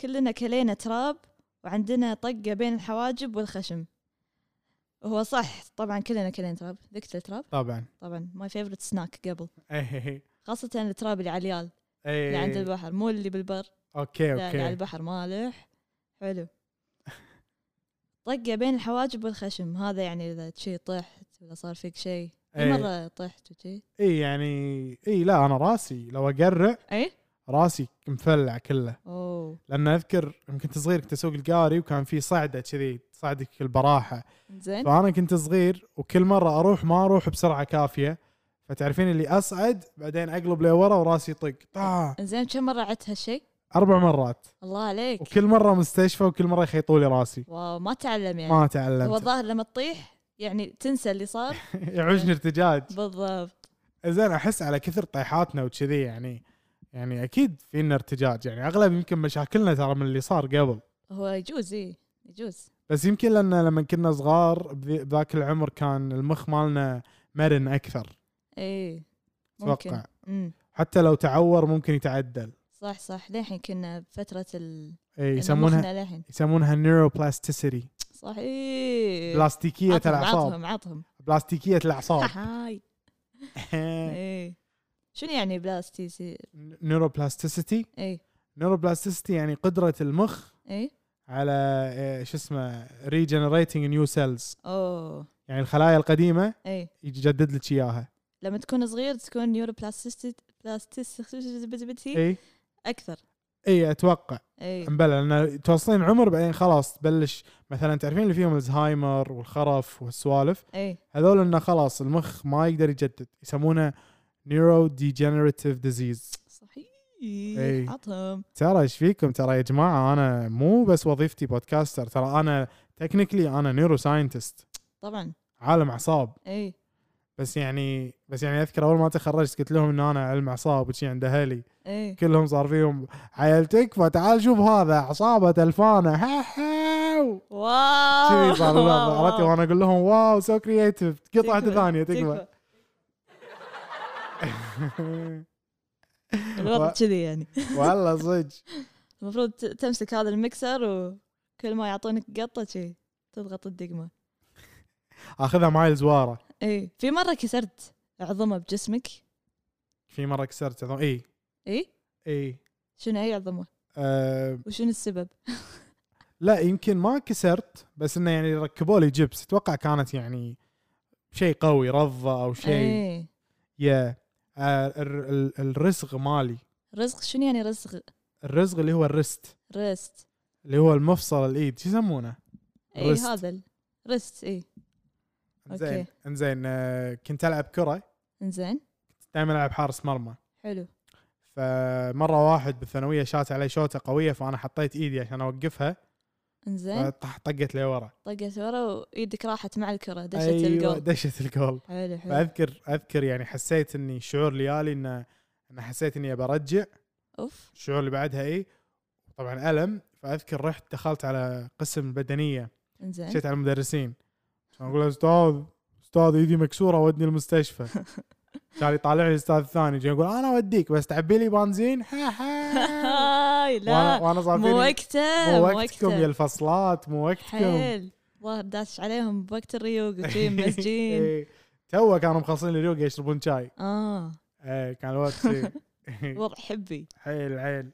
C: كلنا كلينا تراب وعندنا طقة بين الحواجب والخشم هو صح طبعا كلنا كلينا تراب ذقت التراب
B: طبعا
C: طبعا ماي فيفرت سناك قبل
B: اي
C: خاصة التراب اللي على اليال اللي عند
B: اي
C: البحر مو اللي بالبر
B: اوكي
C: لا لا على
B: اوكي
C: البحر مالح حلو طقه بين الحواجب والخشم هذا يعني اذا شي طحت ولا صار فيك شيء أي مرة طحت وشي
B: اي يعني اي لا انا راسي لو اقرع
C: اي
B: راسي مفلع كله
C: اوه
B: لان اذكر يوم كنت صغير كنت اسوق القاري وكان في صعده كذي تصعدك البراحه
C: زين
B: فانا كنت صغير وكل مره اروح ما اروح بسرعه كافيه فتعرفين اللي اصعد بعدين اقلب لورا وراسي يطق طا
C: زين كم مرة عدت هالشيء؟
B: اربع مرات
C: الله عليك
B: وكل مره مستشفى وكل مره يخيطوا لي راسي
C: واو ما تعلم يعني
B: ما
C: هو
B: تعلمت
C: الظاهر لما تطيح يعني تنسى اللي صار
B: يعوجني ارتجاج
C: بالضبط
B: زين احس على كثر طيحاتنا وكذي يعني يعني اكيد في لنا ارتجاج يعني اغلب يمكن مشاكلنا ترى من اللي صار قبل
C: هو يجوز اي يجوز
B: بس يمكن لان لما كنا صغار بذي- بذاك العمر كان المخ مالنا مرن اكثر
C: اي إيه، ممكن
B: اتوقع
C: امم
B: حتى لو تعور ممكن يتعدل
C: صح صح للحين كنا بفترة ال
B: إيه
C: إن
B: يسمونها
C: مخنا للحين
B: يسمونها نيوروبلاستيسيتي
C: صح اي
B: بلاستيكيه
C: عطهم-
B: الاعصاب
C: عطهم عطهم
B: بلاستيكيه الاعصاب
C: هاي
B: إيه.
C: اي شنو يعني إيه. بلاستيسي
B: نيوروبلاستيسيتي
C: اي
B: نيوروبلاستيسيتي يعني قدره المخ
C: اي
B: على إيه، شو اسمه ريجنريتنج نيو سيلز
C: اوه
B: يعني الخلايا القديمه
C: اي
B: يجدد لك اياها
C: إيه. لما تكون صغير تكون نيورو بلاستيسيتي
B: اي
C: اكثر
B: اي اتوقع
C: اي
B: مبلى لان توصلين عمر بعدين خلاص تبلش مثلا تعرفين اللي فيهم الزهايمر والخرف والسوالف
C: اي
B: هذول انه خلاص المخ ما يقدر يجدد يسمونه نيورو ديجنريتيف ديزيز إي.
C: صحيح عطهم
B: ترى ايش فيكم ترى يا جماعه انا مو بس وظيفتي بودكاستر ترى انا تكنيكلي انا نيورو ساينتست
C: طبعا
B: عالم اعصاب
C: اي
B: بس يعني بس يعني اذكر اول ما تخرجت قلت لهم ان انا علم اعصاب وشي عند اهلي
C: اي
B: كلهم صار فيهم عيل تكفى تعال شوف هذا اعصابه تلفانه ها ها
C: واو
B: كذي صار لهم عرفتي وانا اقول لهم واو سو كرييتيف قطعه
C: تكفى،
B: ثانيه تكفى
C: الوضع كذي يعني
B: والله صدق
C: المفروض ت- تمسك هذا المكسر وكل ما يعطونك قطه شي تضغط الدقمه
B: اخذها معي الزواره
C: اي إيه، في مره كسرت عظمه بجسمك
B: في مره كسرت إيه، عظام اي
C: اي
B: اي
C: شنو هي عظمه
B: أه
C: وشنو السبب
B: لا يمكن ما كسرت بس انه يعني ركبوا لي جبس اتوقع كانت يعني شيء قوي رضه او شيء
C: اي
B: يا آه، الر- ال- الرسغ مالي
C: رزق شنو يعني رزق
B: الرسغ اللي هو الرست
C: رست
B: اللي هو المفصل الايد شو يسمونه؟
C: اي
B: رست.
C: إيه، هذا ال- إيه. رست اي
B: انزين
C: أوكي.
B: انزين آه، كنت العب كره
C: انزين
B: دائما العب حارس مرمى
C: حلو
B: فمره واحد بالثانويه شات علي شوته قويه فانا حطيت ايدي عشان اوقفها
C: انزين
B: فطح- طقت لي ورا
C: طقت ورا وايدك راحت مع الكره دشت
B: أيوة،
C: الجول إيه.
B: دشت الجول
C: حلو حلو
B: فاذكر اذكر يعني حسيت اني شعور ليالي انه انا حسيت اني برجع
C: اوف
B: الشعور اللي بعدها إيه، اي طبعا الم فاذكر رحت دخلت على قسم البدنيه
C: انزين
B: مشيت على المدرسين عشان اقول له استاذ استاذ ايدي مكسوره ودني المستشفى كان يطالع لي الاستاذ الثاني جاي يقول انا اوديك بس تعبي لي بنزين ها ها
C: هاي
B: وانا
C: لا
B: وانا صار
C: مو
B: فيني
C: وقته
B: مو وقتكم يا الفصلات مو وقتكم
C: حيل ظاهر داش عليهم بوقت الريوق وشي مسجين
B: إيه. تو كانوا مخلصين اليوغا يشربون شاي
C: اه
B: إيه، كان الوقت شي. إيه.
C: وضع حبي
B: حيل حيل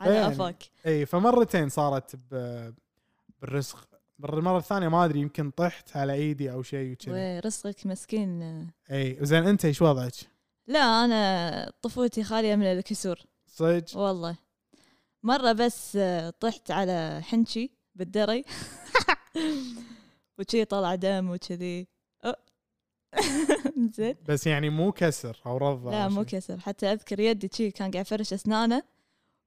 C: على
B: يعني.
C: افاك
B: اي فمرتين صارت ب... بالرسخ بالمره الثانيه ما ادري يمكن طحت على ايدي او شيء وكذي
C: ورزقك مسكين
B: اي زين انت ايش وضعك؟
C: لا انا طفولتي خاليه من الكسور
B: صدق
C: والله مره بس آه، طحت على حنشي بالدري وشي طلع دم وكذي أو. زين
B: بس يعني مو كسر او رضا
C: لا
B: أو
C: مو
B: شيء.
C: كسر حتى اذكر يدي شي كان قاعد يفرش اسنانه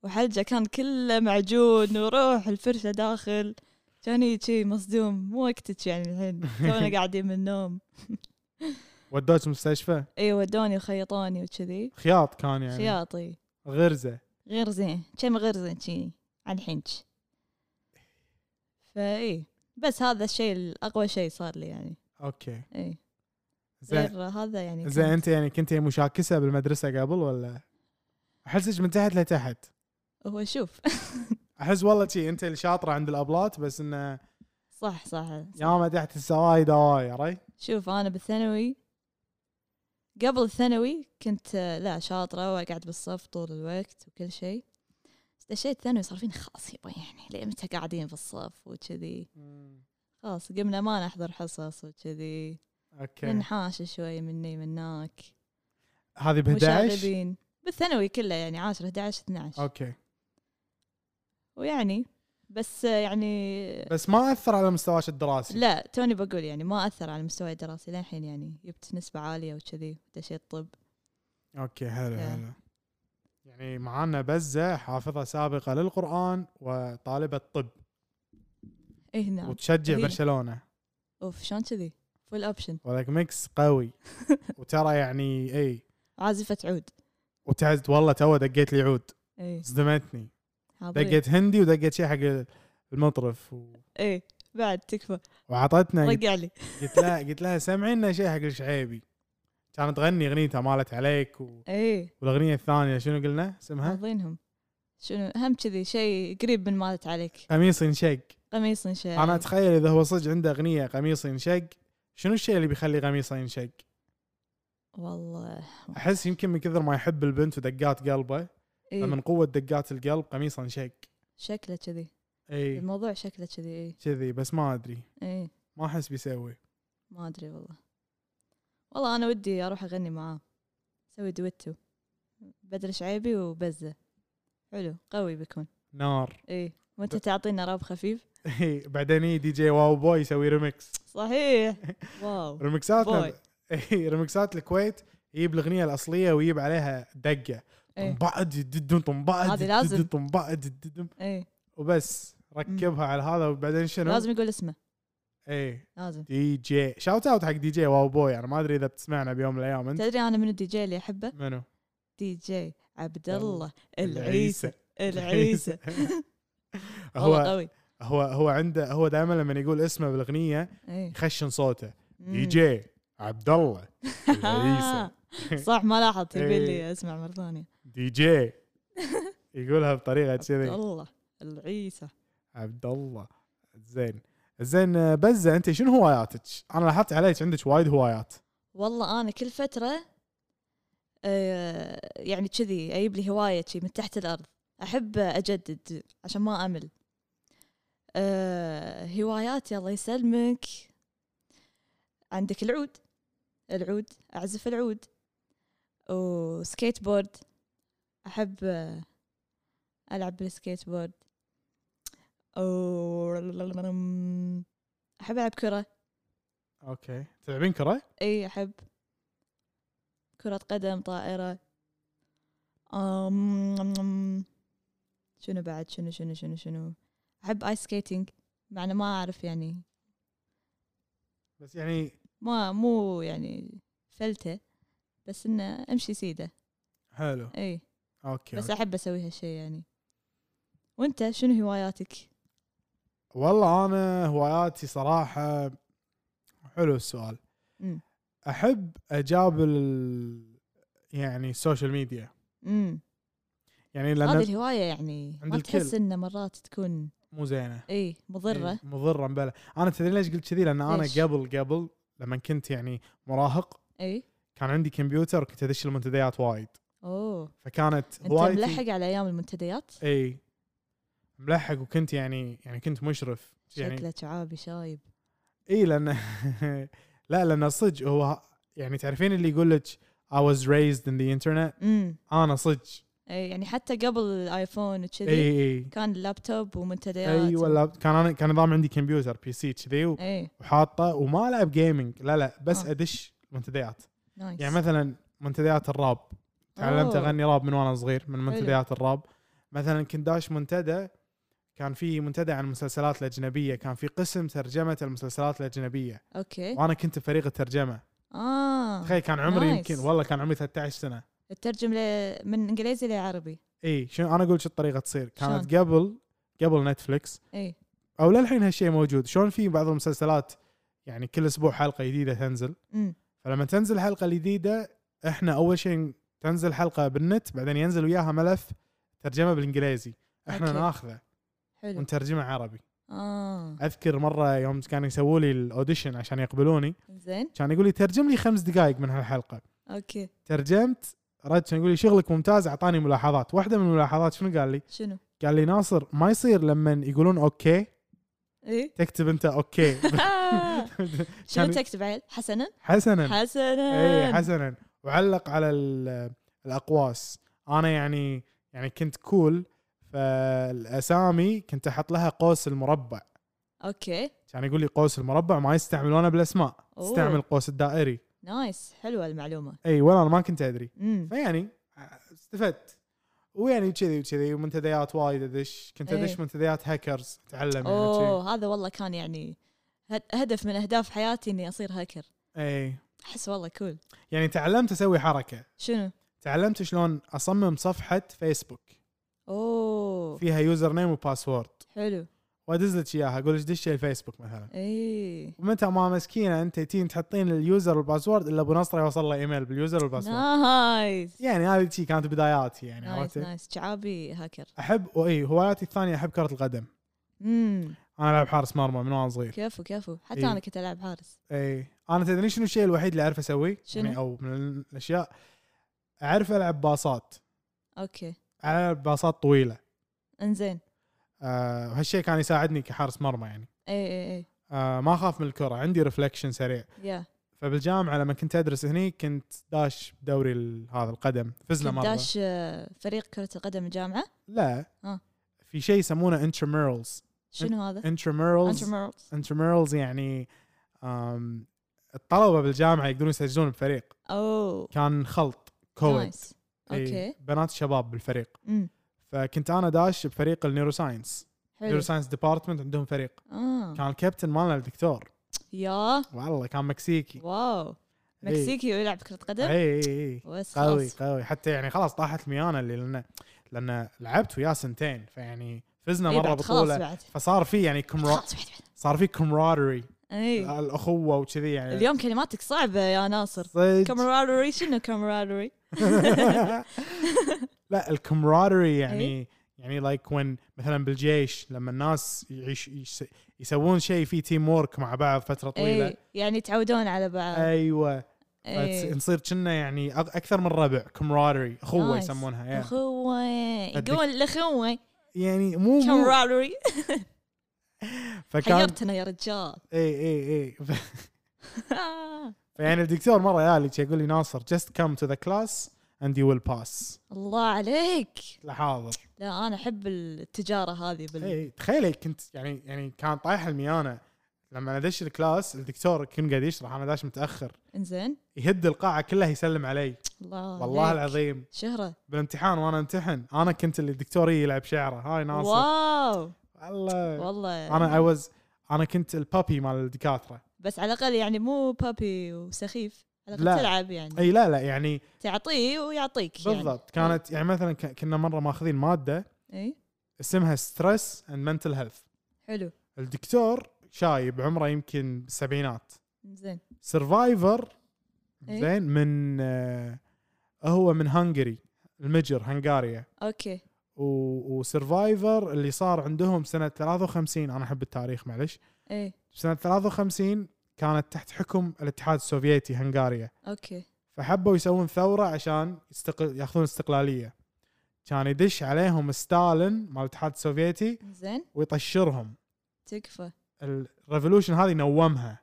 C: وحلجه كان كله معجون وروح الفرشه داخل كان شي مصدوم مو وقتك يعني الحين تونا قاعدين من النوم
B: ودوك مستشفى
C: اي ودوني وخيطوني وكذي
B: خياط كان يعني
C: خياطي
B: غرزه
C: غير زين كم غير زين شي عن الحنش فاي بس هذا الشيء الاقوى شيء صار لي يعني
B: اوكي
C: اي
B: زين
C: غير هذا يعني
B: زين
C: كان-
B: انت يعني كنت مشاكسه بالمدرسه قبل ولا احسك من تحت لتحت
C: هو شوف
B: احس والله شي انت الشاطره عند الابلات بس انه
C: صح صح
B: يا ما تحت السواي دواي ري
C: شوف انا بالثانوي قبل الثانوي كنت آه، لا شاطره واقعد بالصف طول الوقت وكل شيء دشيت ثانوي صار فيني خلاص يبا يعني ليه متى قاعدين بالصف وكذي خلاص قمنا ما نحضر حصص وكذي
B: اوكي
C: ننحاش شوي مني مناك
B: هذه ب 11
C: مشاغبين بالثانوي كله يعني 10 11 12
B: اوكي
C: ويعني بس يعني
B: بس ما اثر على مستواك الدراسي
C: لا توني بقول يعني ما اثر على مستواي الدراسي للحين يعني جبت نسبه عاليه وكذي دشيت طب
B: اوكي حلو
C: يا.
B: حلو يعني معانا بزه حافظه سابقه للقران وطالبه طب
C: اي نعم
B: وتشجع
C: هي.
B: برشلونه
C: اوف شلون كذي فول اوبشن
B: ولك ميكس قوي وترى يعني اي
C: عازفه عود
B: وتعزت والله تو دقيت لي عود
C: اي
B: صدمتني
C: إيه، حاضرين.
B: دقيت هندي ودقيت شيء حق المطرف و...
C: اي إيه، بعد تكفى
B: وعطتنا قلت-
C: رقع لي
B: قلت لها قلت لها سمعي لنا شيء حق الشعيبي كانت تغني اغنيتها مالت عليك و...
C: اي
B: والاغنيه الثانيه شنو قلنا اسمها؟
C: حافظينهم شنو هم كذي شيء قريب من مالت عليك
B: قميص انشق
C: قميص انشاء
B: انا اتخيل اذا هو صدق عنده اغنيه قميص ينشق شنو الشيء اللي بيخلي قميصه ينشق؟
C: والله
B: احس يمكن من كثر ما يحب البنت ودقات قلبه
C: اي
B: فمن قوه دقات القلب قميصه انشق
C: إيه، شكله كذي
B: اي
C: الموضوع شكله كذي إيه، اي
B: كذي بس ما ادري
C: اي
B: ما احس بيسوي
C: ما ادري والله والله انا ودي اروح اغني معاه سوي دويتو بدر شعيبي وبزه حلو قوي بيكون
B: نار
C: اي وانت تعطينا راب خفيف
B: إي، بعدين يجي دي جي واو بوي يسوي ريمكس
C: صحيح واو
B: ريمكسات
C: بوي.
B: اي ريمكسات إيه، الكويت يجيب الاغنيه الاصليه ويجيب عليها دقه
C: اي
B: طنبعد ددم طنبعد
C: إيه. هذه لازم.
B: ددم، طنبعد ددم
C: اي
B: وبس ركبها على هذا وبعدين شنو؟
C: إيه،
B: إيه.
C: لازم يقول اسمه
B: اي
C: لازم
B: دي جي شاوت اوت حق دي جي واو بوي انا ما ادري اذا بتسمعنا بيوم من الايام انت
C: تدري انا من الدي جي اللي احبه
B: منو؟
C: دي جي عبد
B: يلا.
C: الله العيسى العيسى والله
B: هو
C: قوي
B: هو هو عنده هو دائما لما يقول اسمه بالاغنيه
C: اي
B: يخشن صوته دي
C: مم.
B: جي عبد الله العيسى إيه.
C: صح ما لاحظت
B: إي.
C: يبي لي اسمع مره ثانيه
B: دي جي يقولها بطريقه
C: عبد
B: كذي
C: الله العيسى
B: عبد الله زين زين آه، بزه انت شنو هواياتك؟ انا لاحظت عليك عندك وايد هوايات
C: والله انا كل فتره آه، يعني كذي اجيب لي هوايه شي من تحت الارض احب اجدد عشان ما امل آه، هواياتي الله يسلمك عندك العود العود اعزف العود وسكيت بورد احب آه، العب بالسكيت بورد و احب العب كره
B: اوكي تلعبين كره؟
C: اي احب كرة قدم طائرة أم... شنو بعد شنو شنو شنو شنو احب ايس سكيتنج مع إنه ما اعرف يعني
B: بس يعني
C: ما مو يعني فلتة بس انه امشي سيدة
B: حلو
C: اي
B: اوكي
C: بس احب اسوي هالشي يعني وانت شنو هواياتك؟
B: والله انا هواياتي صراحه حلو السؤال
C: مم.
B: احب اجابل ال- يعني السوشيال ميديا
C: امم
B: يعني
C: هذه
B: لان
C: الهواية يعني
B: عند
C: ما
B: الكل.
C: تحس انه مرات تكون
B: مو زينه
C: اي مضرة
B: إيه، مضره بلا انا تدري ليش قلت كذي لان انا
C: ليش؟
B: قبل قبل لما كنت يعني مراهق
C: اي
B: كان عندي كمبيوتر كنت ادش المنتديات وايد
C: اوه
B: فكانت
C: انت
B: هوايتي
C: ملحق على ايام المنتديات؟
B: اي ملحق وكنت يعني يعني كنت مشرف يعني
C: شكله شعابي شايب
B: اي لان إيه، لا لان صدق هو يعني تعرفين اللي يقول لك I was raised in the internet
C: امم
B: انا صدق إيه،
C: اي يعني حتى قبل الايفون
B: اي
C: وكذي
B: اي
C: كان اللابتوب ومنتديات
B: اي ولا إيه، كان انا كان نظام عندي كمبيوتر بي سي كذي
C: اي
B: وحاطه وما العب جيمنج لا لا بس
C: آه.
B: ادش منتديات
C: نايس
B: يعني مثلا منتديات الراب تعلمت
C: أوه.
B: اغني راب من وانا صغير من منتديات الراب مثلا كنت داش منتدى كان في منتدى عن المسلسلات الاجنبيه كان في قسم ترجمه المسلسلات الاجنبيه
C: اوكي
B: وانا كنت فريق الترجمه
C: اه
B: تخيل كان عمري
C: نايس.
B: يمكن والله كان عمري 13 سنه
C: تترجم ل- من انجليزي لعربي
B: اي إيه، شنو انا اقول شو الطريقه تصير كانت قبل قبل نتفلكس
C: اي
B: او للحين هالشيء موجود شلون في بعض المسلسلات يعني كل اسبوع حلقه جديده تنزل
C: امم
B: فلما تنزل الحلقه الجديده احنا اول شيء تنزل حلقه بالنت بعدين ينزل وياها ملف ترجمه بالانجليزي احنا
C: أوكي. إيه.
B: ناخذه
C: حلو
B: ونترجمه عربي
C: اه
B: اذكر مره يوم كانوا يسووا لي الاوديشن عشان يقبلوني
C: زين
B: كان يقول لي ترجم لي خمس دقائق من هالحلقه
C: اوكي
B: ترجمت رد كان يقول لي شغلك ممتاز اعطاني ملاحظات واحده من الملاحظات شنو قال لي
C: شنو
B: قال لي ناصر ما يصير لما يقولون اوكي
C: اي
B: تكتب انت اوكي
C: إيه. شنو
B: كان-
C: تكتب عيل حسنا
B: حسنا اي
C: حسنا
B: حسنا وعلق على ال- الاقواس انا يعني يعني كنت كول فالاسامي كنت احط لها قوس المربع
C: اوكي
B: كان يقول لي قوس المربع ما يستعملونه بالاسماء
C: أوه.
B: استعمل قوس الدائري
C: نايس حلوه المعلومه
B: اي ولا انا ما كنت ادري
C: امم
B: فيعني استفدت ويعني كذي وكذي ومنتديات وايد ادش كنت
C: إيه.
B: ادش منتديات هاكرز اتعلم يعني كذي.
C: اوه هذا والله كان يعني هد- هدف من اهداف حياتي اني اصير هاكر
B: اي
C: احس والله كول
B: إيه. يعني تعلمت اسوي حركه
C: شنو
B: تعلمت شلون اصمم صفحه فيسبوك
C: اوه
B: فيها يوزر نيم وباسورد
C: حلو
B: وادز لك اياها اقول لك دشي الفيسبوك مثلا
C: اي
B: ومتى ما مسكينه انت تين تحطين اليوزر والباسورد الا ابو نصر يوصل له ايميل باليوزر والباسورد
C: نايس
B: يعني هذه شي كانت بداياتي يعني
C: نايس
B: عرفت
C: نايس شعابي هاكر
B: احب واي هواياتي الثانيه احب كره القدم
C: امم
B: انا العب حارس مرمى من وانا صغير
C: كفو كفو حتى
B: إيه.
C: انا كنت العب حارس
B: اي انا إيه. تدري شنو الشيء الوحيد اللي اعرف اسويه؟
C: شنو؟
B: يعني او من الاشياء اعرف العب باصات
C: اوكي
B: العب باصات طويله
C: انزين
B: آه وهالشيء كان يساعدني كحارس مرمى يعني
C: اي اي اي
B: آه ما اخاف من الكره عندي ريفلكشن سريع
C: يا
B: فبالجامعه لما كنت ادرس هني كنت داش دوري ال- هذا القدم فزنا
C: كنت
B: مره
C: داش آه، فريق كرة القدم الجامعة
B: لا
C: آه.
B: في شيء يسمونه انترميرلز
C: شنو هذا؟
B: انترميرلز
C: Intramurals.
B: انترميرلز يعني آم، الطلبه بالجامعه يقدرون يسجلون بفريق
C: اوه
B: كان خلط كويد
C: نايس
B: إي،
C: اوكي
B: إيه، بنات شباب بالفريق
C: امم
B: فكنت انا داش بفريق النيوروساينس
C: حلو
B: نيوروساينس ديبارتمنت عندهم فريق
C: اه
B: كان الكابتن مالنا الدكتور
C: يا
B: والله كان مكسيكي
C: واو مكسيكي ويلعب كرة قدم
B: اي اي اي
C: بس
B: إيه. قوي
C: خلاص
B: قوي حتى يعني خلاص طاحت ميانا اللي لان لان لعبت وياه سنتين فيعني فزنا
C: إي
B: مره
C: إيه، بعد خلاص
B: بطوله
C: بعد
B: فصار في يعني كمرا
C: خلاص بعد بعد
B: صار في كمرادري آه.
C: اي
B: الاخوه وكذي يعني
C: اليوم كلماتك صعبة يا ناصر
B: صدق
C: كامرادري شنو كامرادري؟
B: لا الكمرادري يعني يعني لايك وين مثلا بالجيش لما الناس يعيش يس- يسوون شيء فيه تيم ورك مع بعض فتره طويله
C: اي يعني تعودون على بعض إيه.
B: ايوه
C: إي.
B: فتس- نصير كنا يعني أغ- اكثر من ربع كمرادري اخوه
C: نايس.
B: يسمونها يعني.
C: اخوة يقول الاخوة
B: يعني مو مو
C: كامرادري
B: فكان
C: حيرتنا يا رجال
B: اي اي اي ف- فيعني الدكتور مره يالي يقول لي ناصر just come to the class and you will pass
C: الله عليك
B: قلت له حاضر
C: لا انا احب التجاره هذه بال
B: اي إيه، تخيلي كنت يعني يعني كان طايح الميانه لما ادش الكلاس الدكتور كان قاعد يشرح انا داش متاخر
C: انزين
B: يهد القاعه كلها يسلم علي
C: الله
B: والله
C: عليك.
B: العظيم
C: شهره
B: بالامتحان وانا امتحن انا كنت اللي الدكتور يجي يلعب شعره هاي ناصر إيه.
C: واو
B: والله
C: والله
B: انا اي واز انا كنت البابي مال الدكاتره
C: بس على الاقل يعني مو بابي وسخيف على
B: لا.
C: الاقل تلعب يعني
B: اي لا لا يعني
C: تعطيه ويعطيك يعني.
B: بالضبط كانت يعني مثلا ك- كنا مره ماخذين ماده
C: اي
B: اسمها ستريس اند منتل هيلث
C: إيه. حلو
B: الدكتور شايب عمره يمكن بالسبعينات
C: زين
B: سرفايفر
C: إيه.
B: زين من آه هو من هنغري المجر هنغاريا
C: اوكي
B: وسرفايفر اللي صار عندهم سنه 53 انا احب التاريخ معلش
C: اي
B: سنه 53 كانت تحت حكم الاتحاد السوفيتي هنغاريا
C: اوكي
B: فحبوا يسوون ثوره عشان يستقل ياخذون استقلاليه كان يدش عليهم ستالين مال الاتحاد السوفيتي
C: زين
B: ويطشرهم
C: تكفى
B: الريفولوشن هذه نومها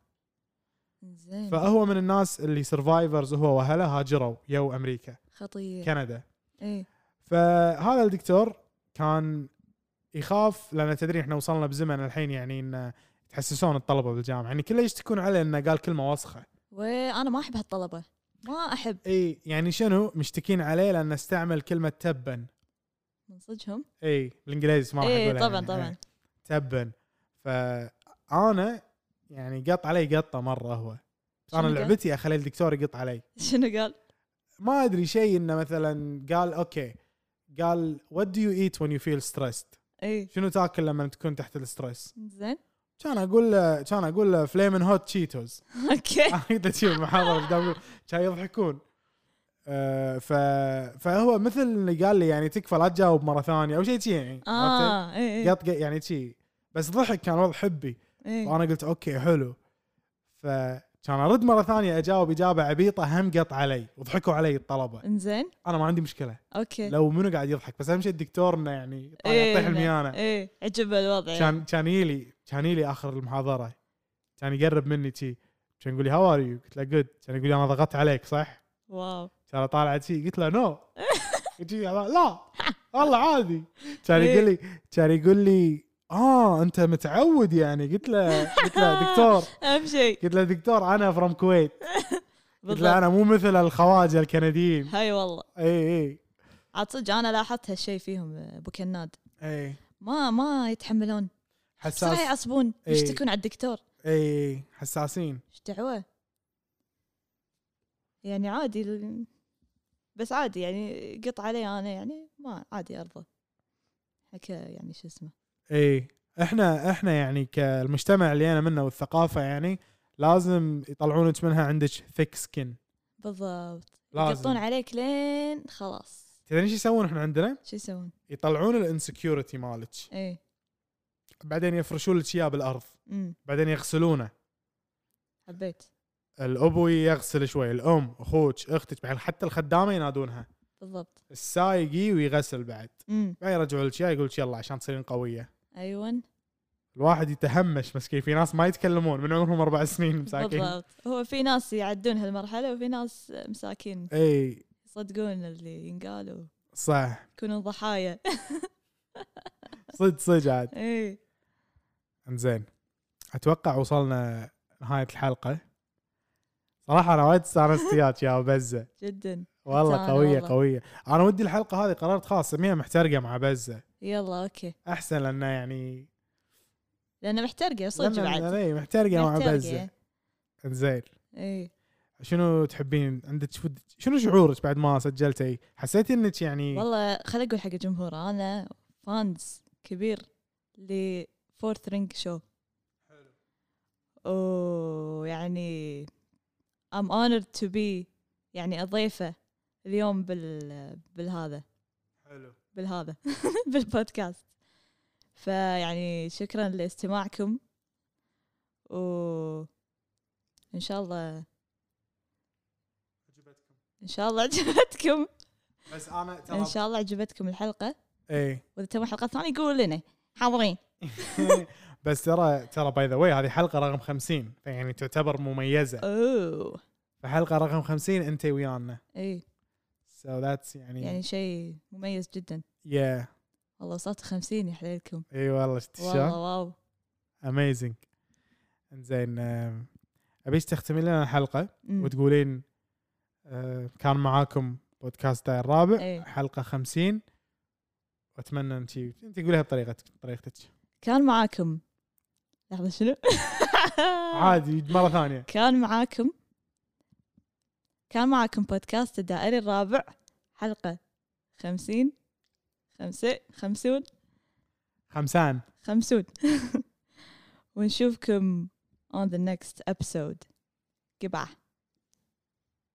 C: زين
B: فهو من الناس اللي سرفايفرز هو واهله هاجروا يو امريكا
C: خطير إيه.
B: كندا
C: اي
B: فهذا الدكتور كان يخاف لان تدري احنا وصلنا بزمن الحين يعني ان تحسسون الطلبه بالجامعه يعني كله يشتكون عليه انه قال كلمه وسخه
C: وانا ما احب هالطلبه ما احب
B: اي يعني شنو مشتكين عليه لانه استعمل كلمه تبا
C: من إيه، صجهم
B: اي بالانجليزي ما راح
C: اي
B: اقولها
C: طبعا
B: يعني.
C: طبعا
B: إي، تبا فانا يعني قط علي قطه مره هو
C: شنو
B: انا
C: قال؟
B: لعبتي اخلي الدكتور يقط علي
C: شنو قال؟
B: ما ادري شيء انه مثلا قال اوكي قال what do you eat when you feel stressed
C: اي
B: شنو تاكل لما تكون تحت الستريس
C: إيه. زين
B: كان اقول له كان اقول له فليمن هوت تشيتوز
C: اوكي
B: انا شيء المحاضره قدام كان يضحكون آه، ف فهو مثل اللي قال لي يعني تكفى لا تجاوب مره ثانيه او شيء شي يعني عرفت؟
C: اه اي
B: قط يعني شي بس ضحك كان وضع حبي
C: اي
B: وانا قلت اوكي حلو فكان ارد مره ثانيه اجاوب اجابه عبيطه هم قط علي وضحكوا علي الطلبه
C: انزين
B: انا ما عندي مشكله
C: اوكي
B: لو منو قاعد يضحك بس اهم شيء الدكتور انه يعني يطيح
C: إيه،
B: الميانه
C: ايه عجب الوضع يعني.
B: كان كان يلي كان لي اخر المحاضره كان يقرب مني شي كان يقول لي هاو ار يو قلت له جود كان يقول لي انا ضغطت عليك صح؟
C: واو
B: كان طالع شي قلت له نو قلت له لا والله عادي كان يقول لي كان يقول لي اه انت متعود يعني قلت له قلت له دكتور
C: اهم شيء
B: قلت له دكتور انا فروم كويت قلت له
C: بالضبط
B: انا مو مثل الخواجه الكنديين إيه،
C: هاي والله
B: اي اي
C: عاد صدق انا لاحظت هالشيء فيهم ابو كناد
B: اي
C: ما ما يتحملون بسرعه
B: إيه. حساس
C: يعصبون
B: إيه.
C: يشتكون على الدكتور
B: اي حساسين
C: ايش دعوه يعني عادي ال- بس عادي يعني قط علي انا يعني ما عادي ارضى حكى يعني شو اسمه
B: اي احنا احنا إيه. يعني كالمجتمع اللي انا منه والثقافه يعني لازم يطلعونك منها عندك ثيك سكن
C: بالضبط يقطون
B: لازم
C: عليك لين خلاص
B: تدري ايش يسوون احنا عندنا؟
C: شو يسوون؟
B: يطلعون الانسكيورتي مالك
C: ايه
B: بعدين يفرشون لك اياه بالارض
C: امم
B: بعدين يغسلونه
C: حبيت
B: الابو يغسل شوي الام اخوك اختك بعدين حتى الخدامه ينادونها
C: بالضبط
B: السايق يجي ويغسل بعد
C: امم
B: بعدين يرجعوا لك اياه يقول لك يلا عشان تصيرين قويه
C: ايون
B: الواحد يتهمش مسكين في ناس ما يتكلمون من عمرهم اربع سنين مساكين
C: بالضبط هو في ناس يعدون هالمرحله وفي ناس مساكين
B: اي
C: يصدقون اللي ينقال
B: إيه، صح
C: ويكونون ضحايا
B: صدق صدق عاد
C: ايه
B: انزين اتوقع وصلنا نهايه الحلقه صراحه انا وايد استانست وياك يا بزه
C: جدا حتى
B: والله
C: أنا
B: قويه
C: والله.
B: قويه انا ودي الحلقه هذه قررت خلاص اسميها محترقه مع بزه
C: يلا اوكي
B: احسن لانه يعني
C: لانه محترقه صدق
B: لأن- لأن
C: بعد
B: إيه، محترقه مع
C: محترقة.
B: بزه انزين
C: ايه
B: شنو تحبين عندك شو- شنو شعورك بعد ما سجلتي حسيتي انك يعني
C: والله خل اقول حق الجمهور انا فانز كبير لفورث رينج شو ويعني يعني I'm honored to be يعني أضيفة اليوم بال بالهذا
B: حلو
C: بالهذا بالبودكاست فيعني شكرا لاستماعكم و ان شاء الله ان شاء الله عجبتكم
B: بس إيه. انا
C: ان شاء الله عجبتكم الحلقه
B: اي
C: واذا تبون حلقه ثانيه قولوا لنا حاضرين
B: بس ترى ترى باي ذا واي هذه حلقه رقم 50 فيعني تعتبر مميزه
C: اوه
B: فحلقه رقم 50 انت ويانا
C: اي
B: سو so ذاتس يعني
C: إيه، يعني شيء مميز جدا
B: يا
C: والله وصلت خمسين يا حليلكم
B: اي والله شفت
C: والله
B: شلون
C: واو
B: اميزنج انزين آم، ابيش تختمي لنا الحلقه
C: أمم.
B: وتقولين آه، كان معاكم بودكاست داير الرابع
C: إيه.
B: حلقه 50 واتمنى انت انت قوليها بطريقتك بطريقتك
C: كان معاكم لحظه شنو
B: عادي مره ثانيه
C: كان معاكم كان معاكم بودكاست الدائري الرابع حلقه خمسين خمسة خمسون
B: خمسان
C: خمسون ونشوفكم on the next episode goodbye